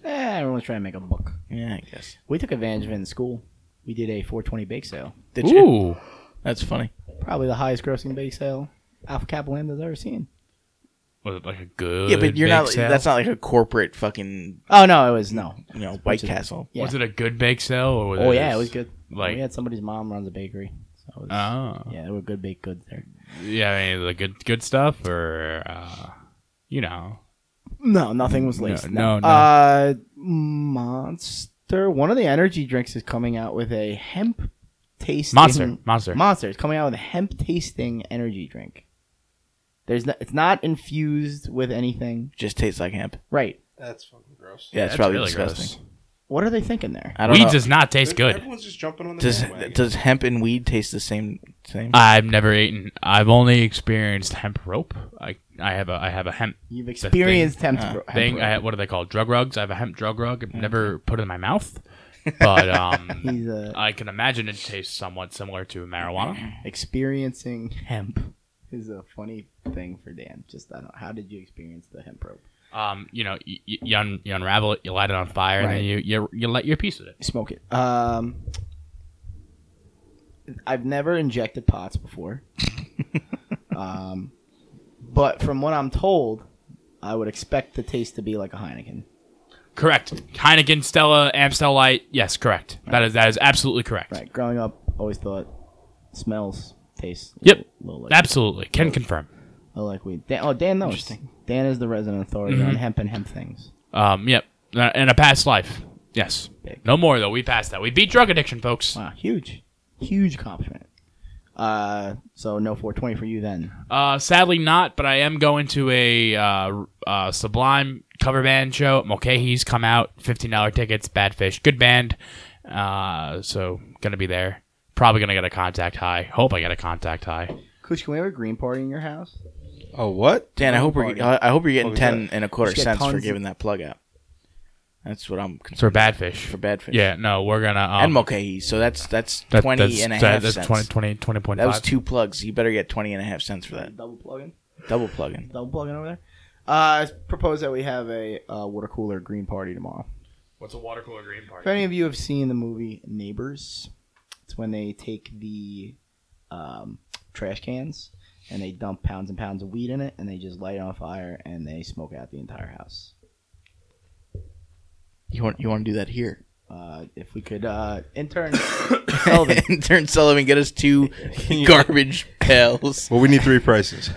G: Eh, everyone's trying to make a book.
D: Yeah, I guess.
G: We took advantage of it in school. We did a 420 bake sale.
D: Did you?
A: ooh,
D: That's funny.
G: Probably the highest grossing bake sale Alpha Kappa Lambda's ever seen.
A: was it like a good?
D: yeah, but you're
A: bake
D: not.
A: Sale?
D: That's not like a corporate fucking
G: Oh, no, it was no.
D: you know White
G: Bunch of-
D: Castle.
G: yeah.
A: Was it a good bake sale or was
G: Oh,
A: it
G: yeah,
A: just-
G: it was good.
A: Like,
G: we had somebody's mom runs a bakery. So it was,
A: oh,
G: yeah, there were good baked goods there.
A: yeah, any of the good good stuff or, uh, you know,
G: No, nothing was laced.
A: no, no.
G: Uh, Monster. One of the energy drinks is coming out with a hemp tasting.
A: monster, monster.
G: Monster is coming out with a hemp tasting energy drink. There's no, it's not infused with anything.
D: Just tastes like hemp.
G: Right.
C: That's fucking gross.
D: Yeah, it's
A: That's
D: probably
A: really
D: disgusting.
A: gross.
G: What are they thinking there?
D: I don't
A: Weed
D: know.
A: does not taste good.
C: Everyone's just jumping on the
D: does
C: bandwagon.
D: does hemp and weed taste the same? Same.
A: I've never eaten. I've only experienced hemp rope. I I have a I have a hemp
G: You've
A: thing.
G: experienced hemp.
D: Uh,
G: hemp
A: thing.
G: rope.
A: I, what are they called? Drug rugs. I have a hemp drug rug. I've never put it in my mouth, but um,
G: He's uh,
A: I can imagine it tastes somewhat similar to marijuana.
G: experiencing hemp is a funny thing for Dan. Just I don't. How did you experience the hemp rope?
A: Um, you know, you, you, un- you unravel it, you light it on fire, and
G: Right.
A: then you, you you let your piece with it.
G: Smoke it. Um, I've never injected pots before. um, but from what I'm told, I would expect the taste to be like a Heineken.
A: Correct. Heineken, Stella, Amstel Light. Yes, correct. That is that is absolutely correct.
G: Right. Growing up, always thought smells, taste.
A: Yep.
G: A little like,
A: Absolutely, can confirm.
G: a little like weed. Dan, oh, Dan knows. Dan is the resident authority on hemp and hemp things.
A: Um, yep. Uh, In a past life, yes. No more though. We passed that. We beat drug addiction, folks.
G: Wow, huge, huge accomplishment. Uh, so no 420 for you then.
A: Uh, sadly not, but I am going to a uh, uh, Sublime cover band show at Mulcahy's. Come out, fifteen dollar tickets. Bad Fish, good band. Uh, so gonna be there. Probably gonna get a contact high. Hope I get a contact high.
G: Kush, can we have a green party in your house?
C: Oh, what?
D: Dan, I hope we're, I hope you're getting
C: What was
D: ten and a quarter
E: Just get
D: cents for
E: tons-
D: giving that plug out. That's what I'm concerned
A: for bad fish.
D: for bad fish.
A: Yeah, no, we're gonna um,
D: and Mulcahy. So that's that's
A: that-
D: twenty
A: that's,
D: and a half
A: that- that's
D: cents.
A: 20, 20, 20.5.
D: that was two plugs. You better get twenty and a half cents for that
E: Double plugging.
D: double plug-in.
E: Double plugging over there. Uh, I propose that we have a uh, water cooler green party tomorrow.
A: What's a water cooler green party?
E: If any of you have seen the movie Neighbors, it's when they take the um, trash cans and they dump pounds and pounds of weed in it and they just light it on fire and they smoke out the entire house.
D: You want you want to do that here?
E: Uh, if we could uh, intern Sullivan,
D: Intern Sullivan, get us two garbage pails.
C: Well, we need three prices.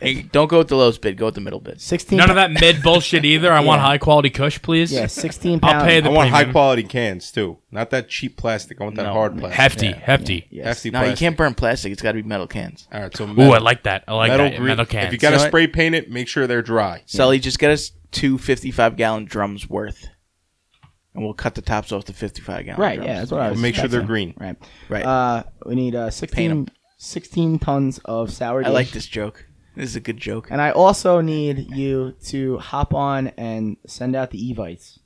D: Hey, don't go with the lowest bid. Go with the middle bid.
E: sixteen.
A: None of that mid bullshit either. I want
E: Yeah.
A: high quality Kush, please.
E: Yeah, sixteen
A: I'll
E: pounds.
A: pay
C: I
A: the
C: want
A: premium.
C: high quality cans too, not that cheap plastic. I want that
D: No.
C: hard plastic.
A: hefty, hefty.
E: Yes.
C: Hefty
D: No, you
C: plastic.
D: can't burn plastic. It's got to be metal cans.
C: All right, so
A: Ooh,
C: metal,
A: I like that. I like
C: metal
A: that.
C: green.
A: Metal cans.
C: If you gotta
D: You know what?
C: spray paint it, make sure they're dry.
D: Sully, just get us two 55 gallon drums worth, and we'll cut the tops off the 55 gallon.
E: Right.
D: drums.
E: Yeah, that's what I was.
C: Make sure they're
E: that's-
C: green.
E: Right.
D: Right.
E: Uh, we need uh,
D: 'em.
E: 16, 16 tons of sour.
D: I like
E: dish.
D: this joke. This is a good joke.
E: And I also need you to hop on and send out the evites.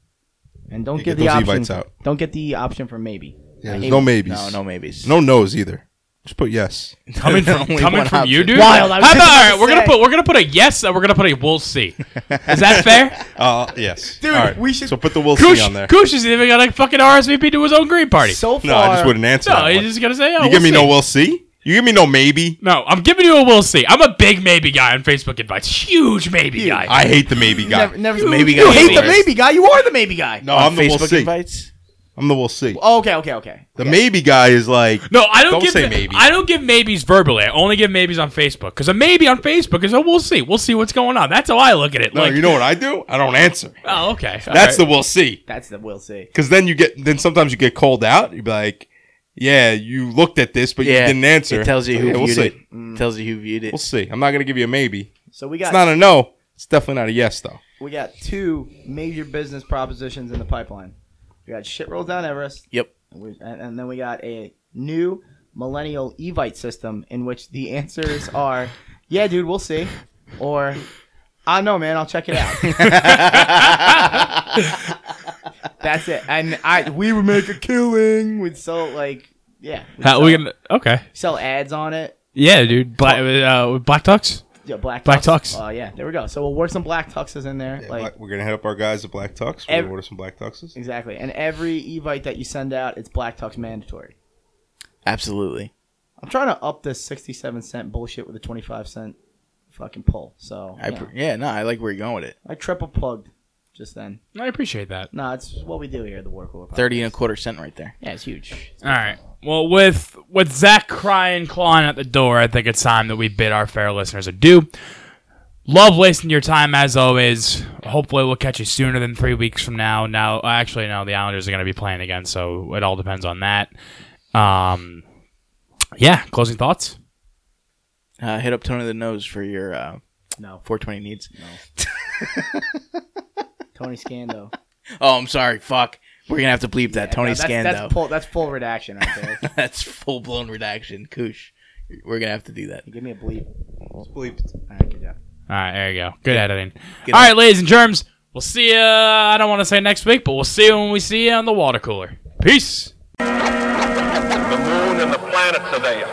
E: And don't
C: Yeah,
E: give
C: get
E: the
C: those
E: option.
C: Evites out.
E: Don't get the option for maybe.
C: Yeah,
E: I
C: there's
E: hate
C: no
E: it.
C: maybes.
D: No, no maybes.
C: No no's either. Just put yes.
A: coming
D: There's
A: from
D: only
A: coming
D: one
A: from you,
D: option.
A: dude.
E: Wild, I was
A: How
E: just
A: about all
E: about
A: right?
E: to
A: We're gonna
E: say.
A: put we're gonna put a yes and we're gonna put a we'll see. Is that fair?
C: Uh, yes.
E: Dude,
C: All right.
E: we should-
C: So put the will
A: Kush,
C: see on there.
A: Kush isn't even gonna fucking RSVP to his own green party.
E: So far,
C: No, I just wouldn't answer.
A: no,
C: that
A: he's
C: one.
A: just gonna say, oh,
C: you
A: we'll
C: give me
A: see.
C: no will see. You give me no maybe.
A: No, I'm giving you a we'll see. I'm a big maybe guy on Facebook advice. Huge maybe guy.
C: I hate the maybe guy.
E: Never, never
D: You- Maybe
E: You
D: guy
E: hate the
D: worst.
E: maybe guy. You are the maybe guy.
C: no,
D: On
C: I'm the
D: Facebook
C: will see.
D: invites.
C: I'm the will see.
E: Oh, okay, okay, okay.
C: The maybe guy is like
A: no, I don't,
C: Don't
A: give
C: say
A: ma-
C: maybe.
A: I don't give maybes verbally. I only give maybes on Facebook because a maybe on Facebook is a we'll see. We'll see what's going on. That's how I look at it.
C: No,
A: like,
C: you know what I do? I don't answer.
A: oh, okay.
C: That's the we'll see.
E: That's the we'll see.
C: Because then you get, then sometimes you get called out. You'd be like, yeah, you looked at this, but you didn't answer.
D: It tells you who
C: Yeah, we'll
D: viewed
C: see.
D: it. Tells you who viewed it.
C: We'll see. I'm not going to give you a maybe.
E: So we
C: It's
E: got
C: not a no. It's definitely not a yes, though.
E: we got two major business propositions in the pipeline. We got shit rolled down Everest.
D: Yep.
E: And, we, and, and then we got a new millennial Evite system in which the answers are, yeah, dude, we'll see, or I know, man, I'll check it out. That's it. And I we would make a killing. We'd sell like yeah. we'd
A: How
E: sell,
A: we gonna? Okay.
E: sell ads on it.
A: Yeah, dude. Black uh, black tux.
E: Yeah, black
A: Black
E: tux.
A: tux.
E: Oh yeah, there we go. So we'll work some black tuxes in there.
C: Yeah,
E: like
C: black- we're going to hit up our guys at Black Tux. We're going
E: Ev-
C: to order some Black Tuxes.
E: Exactly. And every Evite that you send out, it's Black Tux mandatory.
D: Absolutely.
E: I'm trying to up this 67 cent bullshit with a 25 cent fucking pull. So
D: I
E: you know,
D: pr- yeah, no, I like where you're going with it.
E: I triple plugged just then.
A: I appreciate that.
E: No, it's what we do here at the War Cooler. Podcast.
D: Thirty and a quarter cent right there.
E: Yeah, it's huge.
A: All right. Well, with with Zach crying, clawing at the door, I think it's time that we bid our fair listeners adieu. Love wasting your time as always. Hopefully, we'll catch you sooner than three weeks from now. Now, actually, no, the Islanders are going to be playing again, so it all depends on that. Um, yeah. Closing thoughts.
D: Uh, hit up Tony the Nose for your uh,
E: No,
D: 420 needs.
E: Tony Scando.
D: Oh, I'm sorry. Fuck. We're gonna have to bleep that. Tony
E: No, that's,
D: Scando.
E: That's full, that's full redaction right there.
D: That's full blown redaction, Koosh. We're gonna have to do that.
E: Give me a bleep.
C: Bleep.
E: All right, good job.
A: All right. There you go. Good editing.
D: Good
A: All right, ladies and germs. We'll see you. I don't want to say next week, but we'll see you when we see you on the water cooler. Peace.
F: The moon and the planets are there,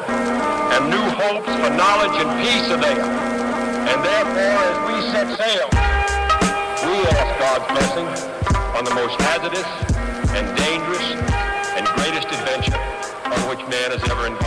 F: and new hopes for knowledge and peace are there. And therefore, as we set sail, we ask God's blessing on the most hazardous and dangerous and greatest adventure on which man has ever embarked.